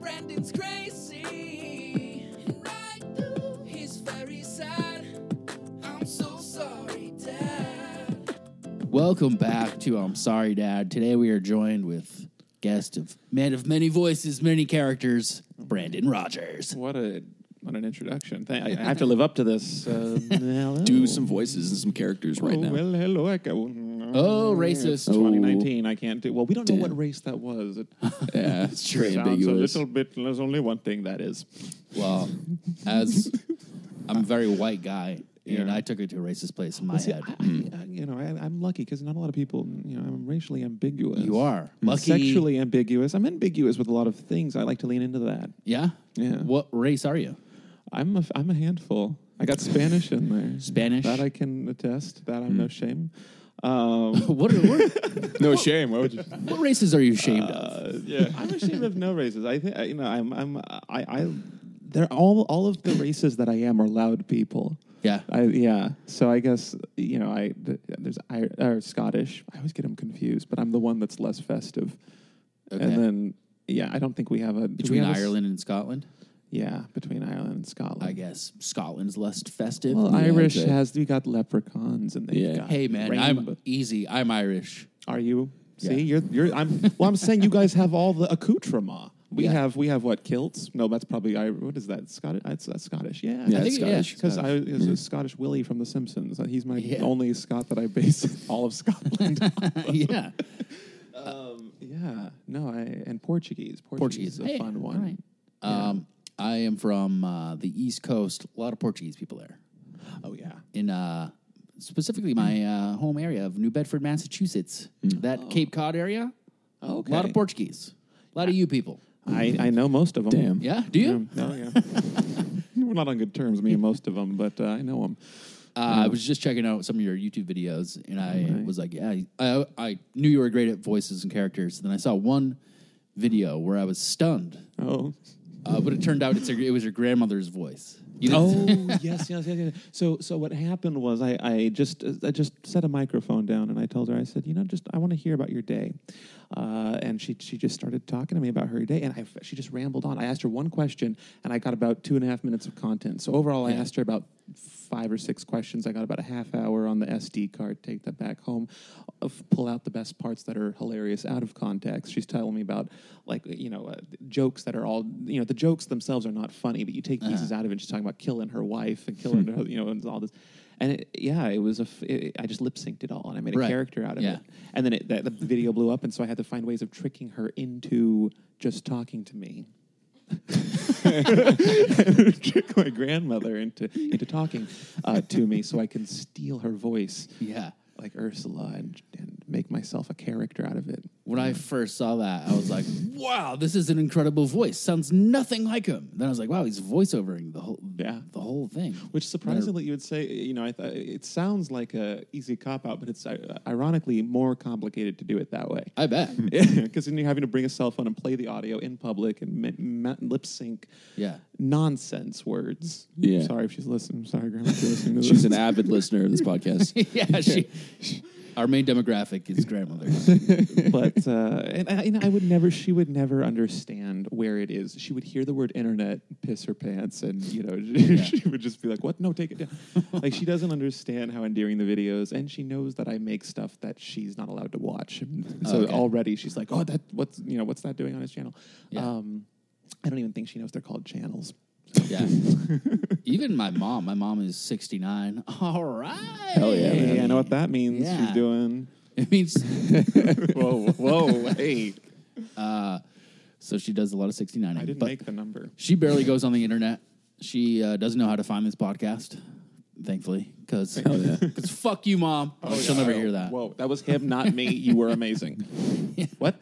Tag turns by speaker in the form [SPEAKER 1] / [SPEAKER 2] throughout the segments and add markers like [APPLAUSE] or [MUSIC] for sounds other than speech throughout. [SPEAKER 1] Brandon's crazy. And right through, he's very sad. I'm so sorry, Dad.
[SPEAKER 2] Welcome back to I'm Sorry Dad. Today we are joined with guest of man of many voices, many characters, Brandon Rogers.
[SPEAKER 3] What a what an introduction! Thank, I, I have to live up to this. [LAUGHS] Um, hello.
[SPEAKER 4] do some voices and some characters right
[SPEAKER 3] oh,
[SPEAKER 4] now.
[SPEAKER 3] Well, hello. I go,
[SPEAKER 2] Oh,
[SPEAKER 3] It's
[SPEAKER 2] racist.
[SPEAKER 3] 2019. I can't do. Well, we don't know what
[SPEAKER 4] Damn.
[SPEAKER 3] race that was. It
[SPEAKER 4] yeah, it's
[SPEAKER 3] sounds
[SPEAKER 4] very
[SPEAKER 3] a
[SPEAKER 4] ambiguous.
[SPEAKER 3] little bit. There's only one thing that is.
[SPEAKER 2] Well, as I'm a very white guy, and
[SPEAKER 3] Yeah.
[SPEAKER 2] I took it to a racist place in my
[SPEAKER 3] See, I,
[SPEAKER 2] head.
[SPEAKER 3] I, I- you know, I, I'm lucky because not a lot of people. You know, I'm racially ambiguous.
[SPEAKER 2] You are.
[SPEAKER 3] I'm
[SPEAKER 2] Lucky-
[SPEAKER 3] Mm. Sexually ambiguous. I'm ambiguous with a lot of things. I like to lean into that.
[SPEAKER 2] Yeah?
[SPEAKER 3] Yeah.
[SPEAKER 2] What race are you?
[SPEAKER 3] I'm a, f- I'm a handful. I got Spanish in there.
[SPEAKER 2] Spanish?
[SPEAKER 3] That I can attest. That I'm no shame. Um,
[SPEAKER 2] [LAUGHS] What, are, what,
[SPEAKER 4] no shame. Why [LAUGHS] would you?
[SPEAKER 2] what races are you ashamed of?
[SPEAKER 3] Uh, yeah, I'm ashamed of no races. I think uh, you know. I'm. I'm. I. I they're all. All of the races that I am are loud people.
[SPEAKER 2] Yeah.
[SPEAKER 3] I, yeah. So I guess you know. I th- there's I or Scottish. I always get them confused, but I'm the one that's less festive.
[SPEAKER 2] Okay.
[SPEAKER 3] And then yeah, I don't think we have a do we
[SPEAKER 2] Between
[SPEAKER 3] have a s-
[SPEAKER 2] Ireland and Scotland?
[SPEAKER 3] yeah, between Ireland and Scotland.
[SPEAKER 2] I guess Scotland's less festive.
[SPEAKER 3] Well,
[SPEAKER 4] Yeah, I'd
[SPEAKER 3] Irish
[SPEAKER 4] say.
[SPEAKER 3] has we got leprechauns and they've
[SPEAKER 4] Yeah.
[SPEAKER 3] got
[SPEAKER 2] hey, man,
[SPEAKER 3] rainbow-
[SPEAKER 2] I'm easy. I'm Irish. [LAUGHS]
[SPEAKER 3] Are you?
[SPEAKER 2] Yeah.
[SPEAKER 3] See, you're you're. I'm. Well, I'm saying you guys have all the accoutrement. We
[SPEAKER 2] Yeah.
[SPEAKER 3] have we have what kilts? No, that's probably I. What is that? Scottish? That's, that's Scottish. Yeah,
[SPEAKER 4] Yeah,
[SPEAKER 2] I think-
[SPEAKER 4] it's Scottish.
[SPEAKER 3] Because I is a Scottish Willie from The Simpsons. Uh, He's my
[SPEAKER 2] Mm-hmm. Yeah.
[SPEAKER 3] only Scot that I base [LAUGHS] all of Scotland. on.
[SPEAKER 2] [LAUGHS] yeah.
[SPEAKER 3] yeah, no, I and Portuguese.
[SPEAKER 2] Portuguese.
[SPEAKER 3] Portuguese, is a
[SPEAKER 2] Hey,
[SPEAKER 3] fun one.
[SPEAKER 2] alright. Um, I am from uh, the East Coast. A lot of Portuguese people there.
[SPEAKER 3] Oh yeah, Hmm.
[SPEAKER 2] In uh, specifically my uh, home area of New Bedford, Massachusetts. That Cape Cod area.
[SPEAKER 3] Oh. Okay.
[SPEAKER 2] A lot of Portuguese. A lot of you people.
[SPEAKER 3] I, I know most of them.
[SPEAKER 4] Damn.
[SPEAKER 2] Yeah. Do you?
[SPEAKER 3] No, yeah. Oh, [LAUGHS] We're not on good terms, me and most of them, but uh, I know them. Hmm.
[SPEAKER 2] Uh, I was just checking out some of your YouTube videos, and I was like, "Yeah, I, I knew you were great at voices and characters." And then I saw one video where I was stunned,
[SPEAKER 3] Oh.
[SPEAKER 2] uh, but it turned out it's your, it was your grandmother's voice. You
[SPEAKER 3] Oh yes, yes, yes, yes. So, so what happened was I, I just, I just set a microphone down and I told her, I said, you know, just I want to hear about your day, uh, and she, she just started talking to me about her day, and I, she just rambled on. I asked her one question, and I got about two and a half minutes of content. So overall, I asked her about five or six questions. I got about a half hour on the SD card. Take that back home, of- pull out the best parts that are hilarious out of context. She's telling me about like you know uh, jokes that are all you know the jokes themselves are not funny, but you take
[SPEAKER 2] Uh-huh.
[SPEAKER 3] pieces out of it. She's talking about killing her wife and killing
[SPEAKER 2] Hmm.
[SPEAKER 3] her you know and all this. And it, yeah, it was a. F- it, I just lip synced it all, and I made a
[SPEAKER 2] Right.
[SPEAKER 3] character out of
[SPEAKER 2] Yeah.
[SPEAKER 3] it. And then it, that, the video blew up, and so I had to find ways of tricking her into just talking to me. [LAUGHS] trick my grandmother into into talking uh, to me so I can steal her voice,
[SPEAKER 2] yeah.
[SPEAKER 3] like Ursula, and, and make myself a character out of it.
[SPEAKER 2] When I first saw that, I was
[SPEAKER 3] [LAUGHS]
[SPEAKER 2] like, "Wow, this is an incredible voice. Sounds nothing like him." Then I was like, "Wow, he's voiceovering the whole
[SPEAKER 3] Yeah.
[SPEAKER 2] the whole thing."
[SPEAKER 3] Which surprisingly, you would say, you know, I th- it sounds like a easy cop out, but it's uh, ironically more complicated to do it that way. [LAUGHS]
[SPEAKER 2] I bet.
[SPEAKER 3] Because then you're having to bring a cell phone and play the audio in public and m- m- lip sync
[SPEAKER 2] Yeah. [LAUGHS]
[SPEAKER 3] nonsense words.
[SPEAKER 4] Yeah.
[SPEAKER 3] Sorry if she's listening. I'm sorry, Grandma, if you're listening to this.
[SPEAKER 4] She's an avid listener of this podcast.
[SPEAKER 2] yeah. She, [LAUGHS] our main demographic is grandmothers.
[SPEAKER 3] [LAUGHS] but uh, and, I- and I would never, she would never understand where it is. She would hear the word internet, piss her pants, and you know, [LAUGHS] she would just be like, "What? No, take [LAUGHS] it down." like she doesn't understand how endearing the videos, and she knows that I make stuff that she's not allowed to watch. And [LAUGHS] so
[SPEAKER 2] Okay.
[SPEAKER 3] already she's like, "Oh, that what's you know what's that doing on his channel?"
[SPEAKER 2] Yeah.
[SPEAKER 3] Um, I don't even think she knows they're called channels. [LAUGHS]
[SPEAKER 2] Yeah. Even my mom. My mom is sixty nine. All right.
[SPEAKER 4] Hell yeah, man.
[SPEAKER 3] Hey, I know what that means.
[SPEAKER 2] Yeah.
[SPEAKER 3] She's doing.
[SPEAKER 2] It means
[SPEAKER 3] whoa, [LAUGHS] whoa, hey!
[SPEAKER 2] so she does a lot of 69.
[SPEAKER 3] I didn't
[SPEAKER 2] but
[SPEAKER 3] make the number.
[SPEAKER 2] she barely goes on the internet. She uh, doesn't know how to find this podcast, thankfully, because [LAUGHS]
[SPEAKER 4] yeah.
[SPEAKER 2] fuck you, mom. She'll never hear that.
[SPEAKER 3] Oh, Whoa, that was him, not me. You were amazing. What?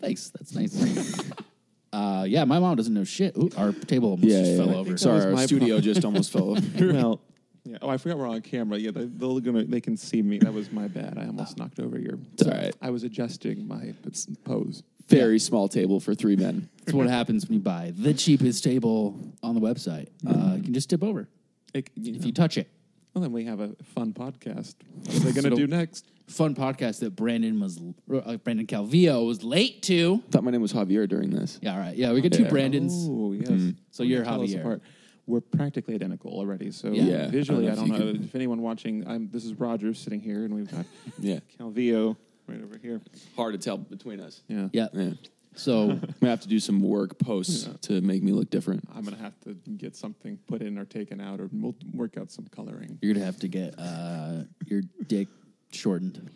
[SPEAKER 2] Thanks. That's nice. [LAUGHS] uh, yeah, my mom doesn't know shit. Ooh, our table almost
[SPEAKER 4] Yeah,
[SPEAKER 2] just
[SPEAKER 4] yeah,
[SPEAKER 2] fell
[SPEAKER 4] yeah.
[SPEAKER 2] over.
[SPEAKER 3] so.
[SPEAKER 4] Sorry,
[SPEAKER 3] was
[SPEAKER 4] our
[SPEAKER 3] my
[SPEAKER 4] studio just almost fell over.
[SPEAKER 3] well, yeah. Oh, I forgot we're on camera. Yeah, they, they're gonna. They can see me. That was my bad. I almost knocked over your.
[SPEAKER 4] It's all right.
[SPEAKER 3] I was adjusting my pose.
[SPEAKER 4] Very small table for three men.
[SPEAKER 2] That's what happens when you buy the cheapest table on the website. Uh, you can just tip over
[SPEAKER 3] It, you
[SPEAKER 2] if
[SPEAKER 3] know.
[SPEAKER 2] you touch it.
[SPEAKER 3] well, then we have a fun podcast. What are they
[SPEAKER 2] So
[SPEAKER 3] gonna do
[SPEAKER 2] don't-
[SPEAKER 3] next?
[SPEAKER 2] fun podcast that Brandon was uh, Brandon Calvillo was late to.
[SPEAKER 4] Thought my name was Javier during this.
[SPEAKER 2] Yeah, all right. Yeah, we get two
[SPEAKER 4] Yeah.
[SPEAKER 2] Brandons.
[SPEAKER 3] Oh yes.
[SPEAKER 2] So
[SPEAKER 3] Well,
[SPEAKER 2] you're
[SPEAKER 3] tell us
[SPEAKER 2] Javier.
[SPEAKER 3] apart. We're practically identical already. So
[SPEAKER 2] Yeah.
[SPEAKER 4] Yeah.
[SPEAKER 3] visually, I
[SPEAKER 4] I don't
[SPEAKER 3] don't
[SPEAKER 4] know
[SPEAKER 3] know,
[SPEAKER 4] if you can-
[SPEAKER 3] if anyone watching. I'm. This is Rogers sitting here, and we've got
[SPEAKER 4] Yeah.
[SPEAKER 3] Calvillo right over here.
[SPEAKER 4] Hard to tell between us.
[SPEAKER 3] Yeah.
[SPEAKER 2] Yeah.
[SPEAKER 4] Yeah.
[SPEAKER 2] So [LAUGHS]
[SPEAKER 4] I'm gonna have to do some work posts to make me look different.
[SPEAKER 3] I'm gonna have to get something put in or taken out, or we'll work out some coloring.
[SPEAKER 2] you're gonna have to get uh, your dick shortened.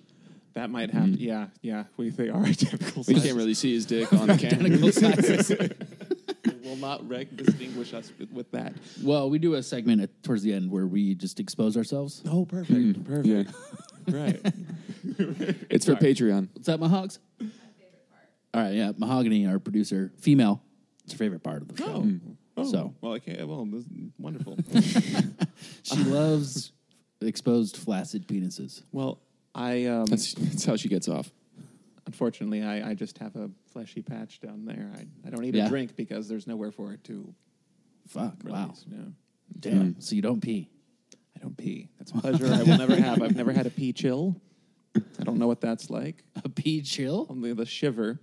[SPEAKER 3] That might have. To, Mm-hmm. yeah, yeah. We they are identical.
[SPEAKER 4] We
[SPEAKER 3] sizes.
[SPEAKER 4] can't really see his dick on the camera.
[SPEAKER 2] [LAUGHS] Identical sizes.
[SPEAKER 3] It will not rec- distinguish us with, with that.
[SPEAKER 2] well, we do a segment at, towards the end where we just expose ourselves.
[SPEAKER 3] Oh, perfect, perfect.
[SPEAKER 4] Yeah.
[SPEAKER 3] Right.
[SPEAKER 4] It's for Patreon.
[SPEAKER 2] What's that, Mahogs? All right, yeah, Mahogany, our producer, female. It's her favorite part of the show.
[SPEAKER 3] Oh. [LAUGHS] oh.
[SPEAKER 2] So.
[SPEAKER 3] well, I can't. Well, this is [LAUGHS] wonderful.
[SPEAKER 2] She [LAUGHS] loves exposed flaccid penises.
[SPEAKER 3] well, I um,
[SPEAKER 4] That's that's how she gets off.
[SPEAKER 3] unfortunately I, I just have a fleshy patch down there. I, I don't eat
[SPEAKER 2] Yeah.
[SPEAKER 3] a drink because there's nowhere for it to.
[SPEAKER 2] Fuck! Wow,
[SPEAKER 3] Release. No.
[SPEAKER 2] damn. So you don't pee.
[SPEAKER 3] I don't pee. That's a pleasure I will never have. I've never had a pee chill. I don't know what that's like.
[SPEAKER 2] A pee chill?
[SPEAKER 3] Only the shiver.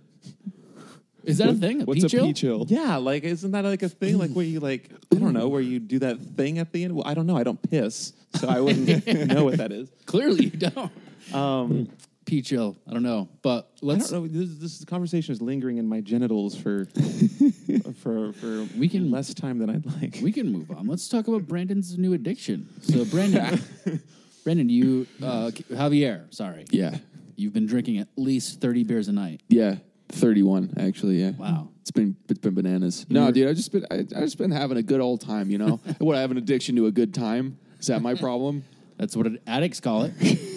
[SPEAKER 2] Is that a thing? A
[SPEAKER 4] What's
[SPEAKER 2] pee
[SPEAKER 4] a
[SPEAKER 2] chill?
[SPEAKER 4] pee chill?
[SPEAKER 3] Yeah, like isn't that like a thing? Like where you like I don't know where you do that thing at the end. Well, I don't know. I don't piss, so I wouldn't [LAUGHS] know what that is.
[SPEAKER 2] Clearly you don't. [LAUGHS]
[SPEAKER 3] Um,
[SPEAKER 2] Pee chill. I don't know, but
[SPEAKER 3] I
[SPEAKER 2] let's.
[SPEAKER 3] don't know. This, this conversation is lingering in my genitals for [LAUGHS] for for
[SPEAKER 2] We can-
[SPEAKER 3] less time than I'd like.
[SPEAKER 2] We can move on. Let's talk about Brandon's new addiction. So Brandon, Brandon, you, uh, Javier, sorry,
[SPEAKER 4] Yeah.
[SPEAKER 2] you've been drinking at least thirty beers a night.
[SPEAKER 4] Yeah. Thirty one actually, yeah.
[SPEAKER 2] Wow.
[SPEAKER 4] It's been it's been bananas. No, dude, I just been I, I just been having a good old time, you know? [LAUGHS] what I have an addiction to a good time. Is that my problem?
[SPEAKER 2] That's what addicts call it.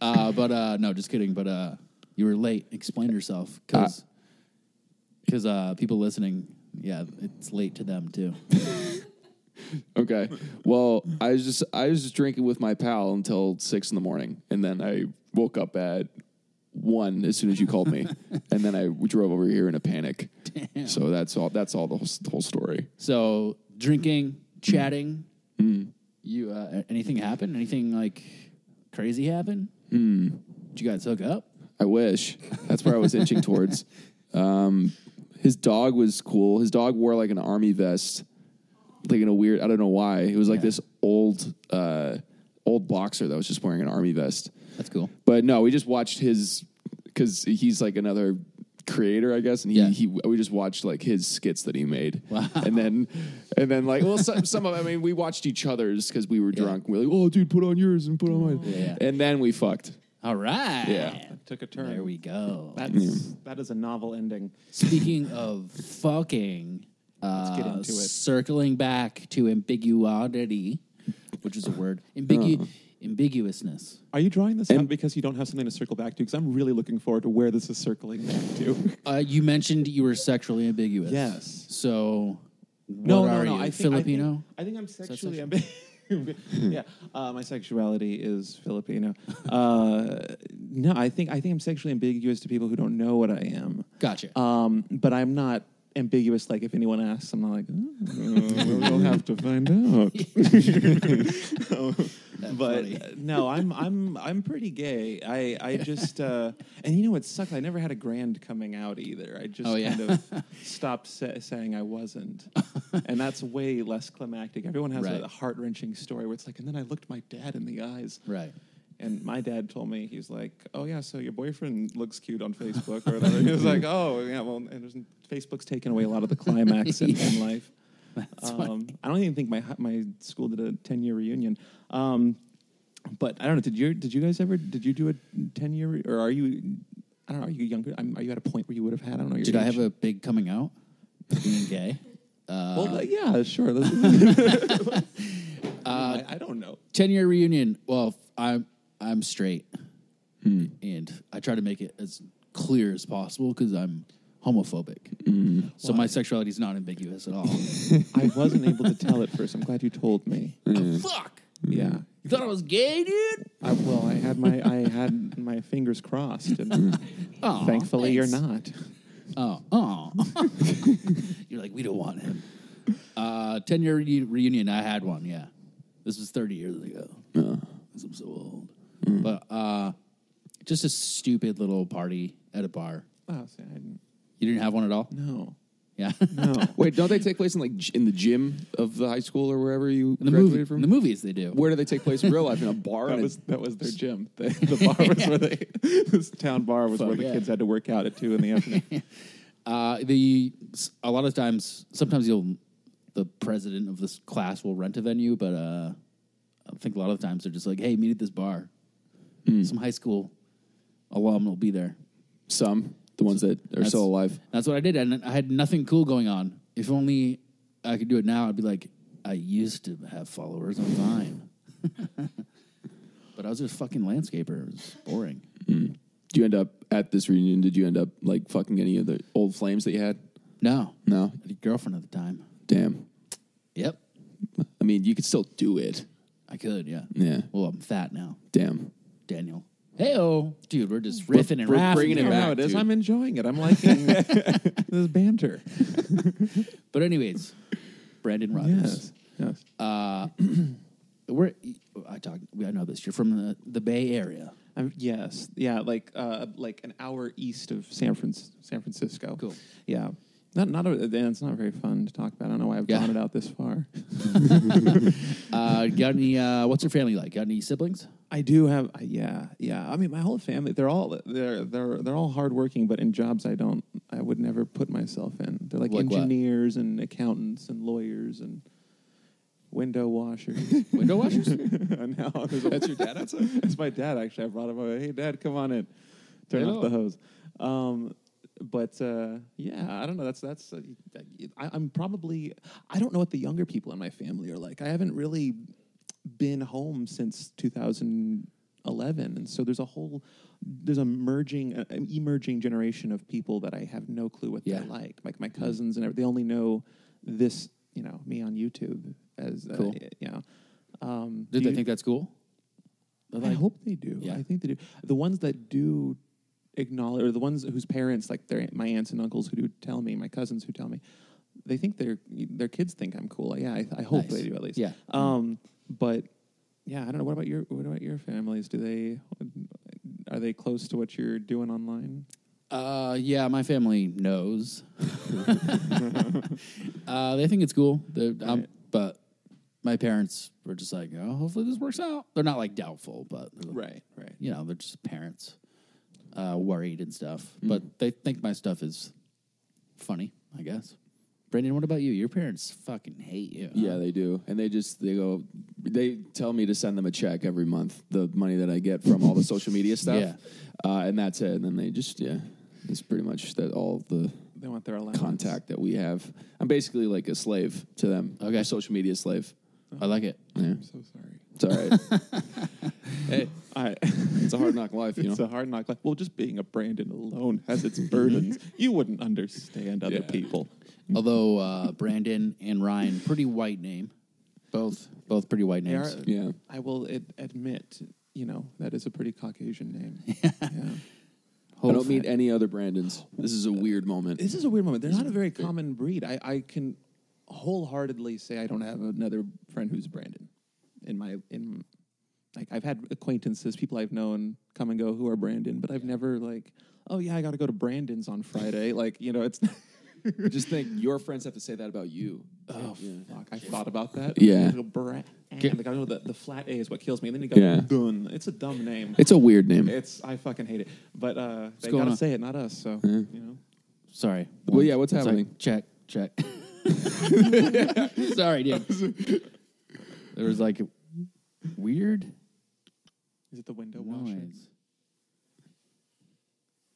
[SPEAKER 2] uh, but uh, no, just kidding. But uh, you were late. Explain yourself, because because uh, people listening, yeah, it's late to them too.
[SPEAKER 4] [LAUGHS] Okay. Well, I was just I was just drinking with my pal until six in the morning, and then I woke up at one as soon as you called [LAUGHS] me, and then I drove over here in a panic. So that's all. That's all the whole, the whole story.
[SPEAKER 2] So drinking, chatting. You uh, anything happen? Anything like crazy happen? Did you guys hook up?
[SPEAKER 4] I wish that's where I was
[SPEAKER 2] [LAUGHS]
[SPEAKER 4] itching towards. Um, his dog was cool. His dog wore like an army vest, like in a weird. I don't know why. It was like
[SPEAKER 2] Yeah.
[SPEAKER 4] this old uh, old boxer that was just wearing an army vest.
[SPEAKER 2] That's cool.
[SPEAKER 4] But no, we just watched his because he's like another creator, I guess, and he,
[SPEAKER 2] Yeah.
[SPEAKER 4] he we just watched like his skits that he made, and then and then like
[SPEAKER 2] [LAUGHS]
[SPEAKER 4] well some, some of I mean we watched each other's because we were drunk. We were like, oh dude, put on yours and put on mine,
[SPEAKER 2] Yeah.
[SPEAKER 4] and then we fucked.
[SPEAKER 2] All right.
[SPEAKER 4] Yeah.
[SPEAKER 3] Took a turn.
[SPEAKER 2] There we go.
[SPEAKER 3] That's that is a novel ending.
[SPEAKER 2] Speaking of fucking, uh,
[SPEAKER 3] get into it.
[SPEAKER 2] circling back to ambiguity, which is a word, ambigu-
[SPEAKER 3] Uh.
[SPEAKER 2] ambiguousness.
[SPEAKER 3] Are you drawing this out because you don't have something to circle back to? Because I'm really looking forward to where this is circling back to.
[SPEAKER 2] Uh, you mentioned you were sexually ambiguous.
[SPEAKER 3] Yes.
[SPEAKER 2] So, what
[SPEAKER 3] no,
[SPEAKER 2] are
[SPEAKER 3] no, no.
[SPEAKER 2] you,
[SPEAKER 3] I think,
[SPEAKER 2] Filipino?
[SPEAKER 3] I think, I am sexually ambiguous. [LAUGHS]
[SPEAKER 2] [LAUGHS]
[SPEAKER 3] yeah, uh, my sexuality is Filipino. Uh, no, I think I think I'm sexually ambiguous to people who don't know what I am.
[SPEAKER 2] Gotcha.
[SPEAKER 3] Um, but I'm not ambiguous. Like if anyone asks, I'm not like "Oh, well, we'll have to find
[SPEAKER 2] [LAUGHS]
[SPEAKER 3] out. [LAUGHS] but
[SPEAKER 2] funny.
[SPEAKER 3] uh, no, I'm I'm I'm pretty gay. I I just uh, and you know what sucks? I never had a grand coming out either. I just
[SPEAKER 2] Oh, yeah. [LAUGHS]
[SPEAKER 3] kind of stopped sa- saying I wasn't, and that's way less climactic. Everyone has
[SPEAKER 2] Right.
[SPEAKER 3] a heart wrenching story where it's like, and then I looked my dad in the eyes,
[SPEAKER 2] right.
[SPEAKER 3] and my dad told me he's like, "Oh yeah, so your boyfriend looks cute on Facebook or whatever." he was like, "Oh yeah, well, and there's, Facebook's taken away a lot of the climax in, in life." Um, I don't even think my hi- my school did a ten year reunion, um, but I don't know. Did you did you guys ever did you do a ten year or are you? I don't know. Are you younger? I'm, are you at a point where you would have had? I don't know. Your
[SPEAKER 2] Did I
[SPEAKER 3] age?
[SPEAKER 2] have a big coming out? Being gay? Uh,
[SPEAKER 3] Well, like, yeah,
[SPEAKER 2] [LAUGHS]
[SPEAKER 3] sure. Let's- [LAUGHS] I, I don't know.
[SPEAKER 2] 10 year reunion. Well, I'm I'm straight.
[SPEAKER 3] Hmm.
[SPEAKER 2] And I try to make it as clear as possible because I'm homophobic.
[SPEAKER 3] Mm-hmm.
[SPEAKER 2] So my sexuality is not ambiguous at
[SPEAKER 3] [LAUGHS]
[SPEAKER 2] all.
[SPEAKER 3] I wasn't able to tell at first. I'm glad you told me.
[SPEAKER 2] Fuck!
[SPEAKER 3] Yeah.
[SPEAKER 2] You thought I was gay, dude?
[SPEAKER 3] I, well, I had my I had my fingers crossed, and
[SPEAKER 2] Aw,
[SPEAKER 3] thankfully
[SPEAKER 2] thanks.
[SPEAKER 3] you're not.
[SPEAKER 2] Oh, oh. [LAUGHS] you're like, we don't want him. Uh, 10 year reunion, I had one, yeah. This was 30 years ago. 'Cause I'm so old. But uh, just a stupid little party at a bar.
[SPEAKER 3] Oh, see, I didn't.
[SPEAKER 2] You didn't have one at all?
[SPEAKER 3] No.
[SPEAKER 2] Yeah. [LAUGHS]
[SPEAKER 3] No.
[SPEAKER 4] Wait, don't they take place in like g- in the gym of the high school or wherever you
[SPEAKER 2] In the
[SPEAKER 4] graduated
[SPEAKER 2] movie,
[SPEAKER 4] from?
[SPEAKER 2] in the movies they do.
[SPEAKER 4] Where do they take place in real life? In a bar?
[SPEAKER 3] That
[SPEAKER 4] and
[SPEAKER 3] was that was their gym. [LAUGHS] The, the bar was where they this town bar was where
[SPEAKER 2] Fuck
[SPEAKER 3] the
[SPEAKER 2] yeah.
[SPEAKER 3] kids had to work out
[SPEAKER 2] [LAUGHS]
[SPEAKER 3] at two in the afternoon.
[SPEAKER 2] Uh, the a lot of times, sometimes you'll the president of this class will rent a venue, but uh, I think a lot of the times they're just like, "Hey, meet at this bar." Some high school alum will be there.
[SPEAKER 4] some the ones that are still alive.
[SPEAKER 2] That's what I did, and I had nothing cool going on. If only I could do it now, I'd be like, I used to have followers on Vine, [LAUGHS] but I was just a fucking landscaper. It was boring.
[SPEAKER 4] Do you end up at this reunion? Did you end up like fucking any of the old flames that you had?
[SPEAKER 2] No,
[SPEAKER 4] No.
[SPEAKER 2] I had a girlfriend at the time.
[SPEAKER 4] Damn.
[SPEAKER 2] Yep,
[SPEAKER 4] I mean, you could still do it.
[SPEAKER 2] I could. Yeah.
[SPEAKER 4] Yeah.
[SPEAKER 2] Well, I'm fat now.
[SPEAKER 4] Damn.
[SPEAKER 2] Daniel. Hey, oh, dude, we're just riffing and
[SPEAKER 4] we're
[SPEAKER 2] raffing.
[SPEAKER 4] bringing it
[SPEAKER 2] here.
[SPEAKER 3] I don't know how
[SPEAKER 4] back,
[SPEAKER 3] it is.
[SPEAKER 4] dude.
[SPEAKER 3] I'm enjoying it.
[SPEAKER 2] [LAUGHS]
[SPEAKER 3] I'm liking [LAUGHS] this banter.
[SPEAKER 2] But anyways, Brandon Rogers.
[SPEAKER 3] Yes. Uh, Yes.
[SPEAKER 2] We're I talk. I know this. You're from the, the Bay Area.
[SPEAKER 3] Um, yes. Yeah. Like uh, like an hour east of San Fran- San Francisco.
[SPEAKER 2] Cool.
[SPEAKER 3] Yeah. Not not a, and it's not very fun to talk about. I don't know why I've
[SPEAKER 2] Yeah.
[SPEAKER 3] drawn it out this far.
[SPEAKER 2] Uh, got any? Uh, what's your family like? Got any siblings?
[SPEAKER 3] I do have I- yeah yeah. I mean, my whole family they're all they're they're they're all hardworking, but in jobs I don't I would never put myself in. They're like,
[SPEAKER 2] Like what?
[SPEAKER 3] engineers and accountants and lawyers and window [LAUGHS] washers.
[SPEAKER 2] Window washers?
[SPEAKER 3] no, that's your dad outside. [LAUGHS] That's my dad. Actually, I brought him over. Hey, dad, come on in. Turn
[SPEAKER 2] Hello.
[SPEAKER 3] off the hose. Um, but uh, yeah, I don't know. That's that's. Uh, I, I'm probably. I don't know what the younger people in my family are like. I haven't really been home since 2011, and so there's a whole there's a merging, uh, an emerging generation of people that I have no clue what
[SPEAKER 2] Yeah. Mm-hmm.
[SPEAKER 3] they're like. Like my cousins and everything. They only know this. You know, me on YouTube as uh,
[SPEAKER 2] Cool.
[SPEAKER 3] you know. Um,
[SPEAKER 2] Did
[SPEAKER 3] do
[SPEAKER 2] they
[SPEAKER 3] you-
[SPEAKER 2] think that's cool? They're
[SPEAKER 3] I
[SPEAKER 2] like,
[SPEAKER 3] hope they do.
[SPEAKER 2] Yeah.
[SPEAKER 3] I think they do. The ones that do acknowledge, or the ones whose parents, like their my aunts and uncles, who do tell me, my cousins who tell me, they think their their kids think I'm cool. Yeah, I, I hope
[SPEAKER 2] Nice.
[SPEAKER 3] they do at least.
[SPEAKER 2] Yeah.
[SPEAKER 3] Um, but yeah, I don't know. What about your What about your families? Do they are they close to what you're doing online?
[SPEAKER 2] Uh, yeah, my family knows.
[SPEAKER 3] [LAUGHS]
[SPEAKER 2] uh, they think it's cool. They're- um,
[SPEAKER 3] Right.
[SPEAKER 2] But my parents were just like, oh, hopefully this works out. They're not like doubtful, but they're like,
[SPEAKER 3] Right.
[SPEAKER 2] you know, they're just parents uh, worried and stuff.
[SPEAKER 3] Mm-hmm.
[SPEAKER 2] But they think my stuff is funny, I guess. Brandon, what about you? Your parents fucking hate you. huh?
[SPEAKER 4] Yeah, they do. And they just they go they tell me to send them a check every month, the money that I get from all the social media stuff.
[SPEAKER 2] Yeah.
[SPEAKER 4] Uh, and that's it. And then they just yeah, it's pretty much that all the
[SPEAKER 3] They want their allowance.
[SPEAKER 4] contact that we have. I'm basically like a slave to them.
[SPEAKER 2] Okay.
[SPEAKER 4] A social media slave.
[SPEAKER 2] I like it.
[SPEAKER 4] Yeah.
[SPEAKER 3] I'm so sorry.
[SPEAKER 4] It's all right. [LAUGHS] hey,
[SPEAKER 3] All [LAUGHS] right.
[SPEAKER 4] it's a hard knock life, you
[SPEAKER 3] It's
[SPEAKER 4] know.
[SPEAKER 3] a hard knock life. Well, just being a Brandon alone has its burdens. You wouldn't understand other
[SPEAKER 4] Yeah.
[SPEAKER 3] people.
[SPEAKER 2] Although uh, Brandon and Ryan, pretty white name. Both both pretty white
[SPEAKER 3] They are-
[SPEAKER 2] names.
[SPEAKER 4] yeah.
[SPEAKER 3] I will ad- admit, you know, that is a pretty Caucasian name. Yeah.
[SPEAKER 4] I don't meet any other Brandons. This is a weird moment.
[SPEAKER 3] This is a weird moment. They're not a very common breed. I, I can wholeheartedly say I don't have another friend who's Brandon. In my in like I've had acquaintances, people I've known come and go who are Brandon, but I've never like, oh yeah, I got to go to Brandon's on Friday. [LAUGHS] like, you know, it's
[SPEAKER 4] Just think your friends have to say that about you.
[SPEAKER 3] Oh fuck! I thought about that.
[SPEAKER 4] Yeah.
[SPEAKER 3] Like, bra- like I know that the flat A is what kills me. And then you go
[SPEAKER 4] Yeah.
[SPEAKER 3] Dun. It's a dumb name.
[SPEAKER 4] It's a weird name.
[SPEAKER 3] It's I fucking hate it. But uh, they
[SPEAKER 2] going
[SPEAKER 3] gotta
[SPEAKER 2] on?
[SPEAKER 3] say it, not us. So you know.
[SPEAKER 2] Sorry.
[SPEAKER 4] Well, yeah, what's
[SPEAKER 2] Sorry.
[SPEAKER 4] happening?
[SPEAKER 2] Check, check.
[SPEAKER 4] [LAUGHS]
[SPEAKER 2] Sorry, dude. There was like weird
[SPEAKER 3] Is it the window washer?
[SPEAKER 2] noise.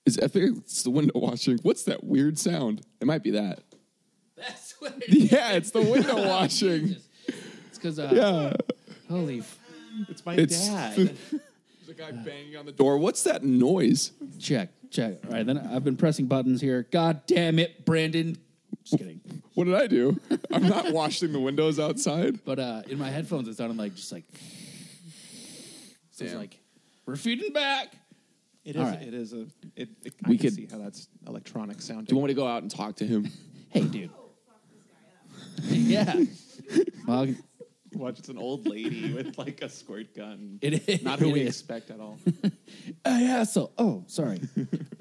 [SPEAKER 4] Is I think it's the window washing. What's that weird sound? It might be that.
[SPEAKER 2] That's what it is.
[SPEAKER 4] Yeah, it's
[SPEAKER 2] [LAUGHS]
[SPEAKER 4] the window washing.
[SPEAKER 2] It's because uh,
[SPEAKER 4] Yeah.
[SPEAKER 2] holy f-
[SPEAKER 3] It's my
[SPEAKER 4] It's-
[SPEAKER 3] dad.
[SPEAKER 4] There's a guy banging on the door. What's that noise?
[SPEAKER 2] check, check. All right, then I've been pressing buttons here. God damn it, Brandon. Just kidding.
[SPEAKER 4] What did I do? I'm not washing the windows outside.
[SPEAKER 2] But uh, in my headphones, it sounded like just like. So it's
[SPEAKER 4] Damn.
[SPEAKER 2] like, we're feeding back.
[SPEAKER 3] it is.
[SPEAKER 2] All right.
[SPEAKER 3] It is a. It, it, I
[SPEAKER 4] We
[SPEAKER 3] can
[SPEAKER 4] could-
[SPEAKER 3] see how that's electronic sounding.
[SPEAKER 4] Do you want me to go out and [LAUGHS]
[SPEAKER 2] Oh,
[SPEAKER 4] talk to him?
[SPEAKER 2] [LAUGHS] Hey, dude. yeah. Well,
[SPEAKER 3] Watch, it's an old lady [LAUGHS] with like a squirt gun.
[SPEAKER 2] It is.
[SPEAKER 3] Not who
[SPEAKER 2] It
[SPEAKER 3] we
[SPEAKER 2] is.
[SPEAKER 3] expect at all.
[SPEAKER 2] Hey, asshole. Oh,
[SPEAKER 3] [LAUGHS]
[SPEAKER 2] sorry.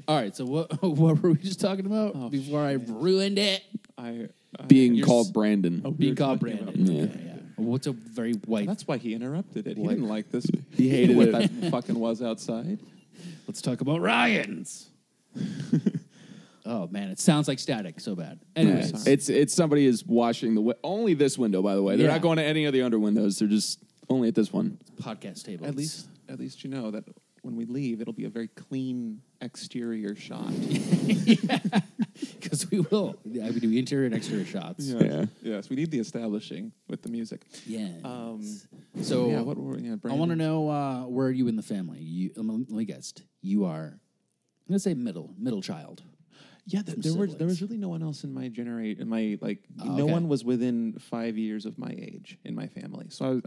[SPEAKER 2] All right. So what [LAUGHS] what were we just talking about
[SPEAKER 3] Oh,
[SPEAKER 2] before I ruined it?
[SPEAKER 3] I, I-
[SPEAKER 4] Being
[SPEAKER 3] you're
[SPEAKER 4] called
[SPEAKER 3] s-
[SPEAKER 4] Brandon.
[SPEAKER 2] Being
[SPEAKER 3] Oh, were
[SPEAKER 2] called
[SPEAKER 3] talking about-
[SPEAKER 2] Brandon.
[SPEAKER 4] Yeah.
[SPEAKER 2] Okay, yeah. What's a very white?
[SPEAKER 3] That's why he interrupted it. He
[SPEAKER 2] Like-
[SPEAKER 3] didn't like this.
[SPEAKER 4] He hated
[SPEAKER 3] what
[SPEAKER 4] it.
[SPEAKER 3] that fucking was outside.
[SPEAKER 2] Let's talk about
[SPEAKER 3] [LAUGHS]
[SPEAKER 2] Ryan's. oh man, it sounds like static so bad. Anyways,
[SPEAKER 3] sorry.
[SPEAKER 4] It's it's somebody is washing the wi- only this window. By the way, they're
[SPEAKER 2] Yeah.
[SPEAKER 4] not going to any of the under windows. They're just only at this one.
[SPEAKER 2] podcast table. [LAUGHS]
[SPEAKER 3] At least, at least you know that when we leave, it'll be a very clean exterior shot.
[SPEAKER 2] because we will. Yeah, we do interior and exterior shots.
[SPEAKER 3] Yes.
[SPEAKER 4] Yeah.
[SPEAKER 3] Yes, we need the establishing with the music.
[SPEAKER 2] Yeah.
[SPEAKER 3] Um,
[SPEAKER 2] so
[SPEAKER 3] yeah, what were yeah,
[SPEAKER 2] I want to
[SPEAKER 3] Brandon-
[SPEAKER 2] know uh, where are you in the family? You, let me- let me guess. You are. I'm gonna say middle, middle child.
[SPEAKER 3] Yeah, th- there was there
[SPEAKER 2] siblings.
[SPEAKER 3] was really no one else in my generation. In my like,
[SPEAKER 2] Oh,
[SPEAKER 3] no
[SPEAKER 2] okay.
[SPEAKER 3] one was within five years of my age in my family. So I was,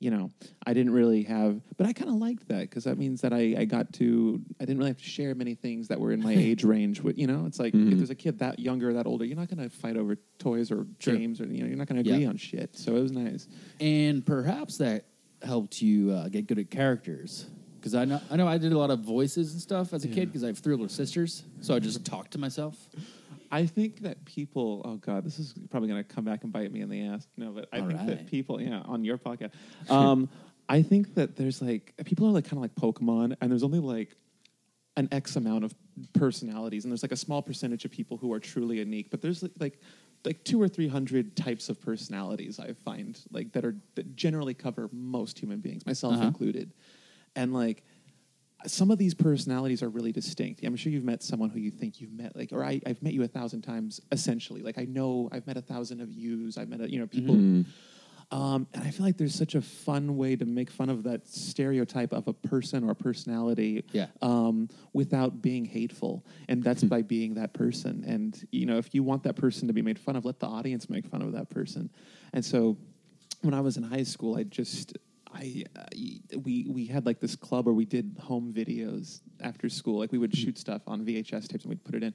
[SPEAKER 3] you know, I didn't really have. But I kind of liked that because that means that I I got to I didn't really have to share many things that were in my age range. With you know, it's like if there's a kid that younger, that older, you're not gonna fight over toys or
[SPEAKER 2] Sure.
[SPEAKER 3] games or you know, you're not gonna agree
[SPEAKER 2] Yeah.
[SPEAKER 3] on shit. So it was nice.
[SPEAKER 2] and perhaps that helped you uh, get good at characters. Because I know, I know I did a lot of voices and stuff as a kid because I have three older sisters, so I just talked to myself.
[SPEAKER 3] I think that people, oh God, this is probably going to come back and bite me in the ass. No, but I
[SPEAKER 2] All
[SPEAKER 3] think
[SPEAKER 2] right.
[SPEAKER 3] that people, yeah, on
[SPEAKER 2] [LAUGHS]
[SPEAKER 3] your podcast, um, I think that there's like, people are like kind of like Pokemon, and there's only like an X amount of personalities, and there's like a small percentage of people who are truly unique, but there's like, like two or three hundred types of personalities I find like that are that generally cover most human beings, myself
[SPEAKER 2] Uh-huh.
[SPEAKER 3] included, and like some of these personalities are really distinct. I'm sure you've met someone who you think you've met, like, or I, I've met you a thousand times, essentially. Like, I know I've met a thousand of yous. I've met, a, you know, people. Um, and I feel like there's such a fun way to make fun of that stereotype of a person or personality
[SPEAKER 2] Yeah. Hmm.
[SPEAKER 3] um, without being hateful. And that's by being that person. And, you know, if you want that person to be made fun of, let the audience make fun of that person. And so when I was in high school, I just, I, I we, we had like this club where we did home videos after school. Like we would shoot stuff on VHS tapes and we'd put it in.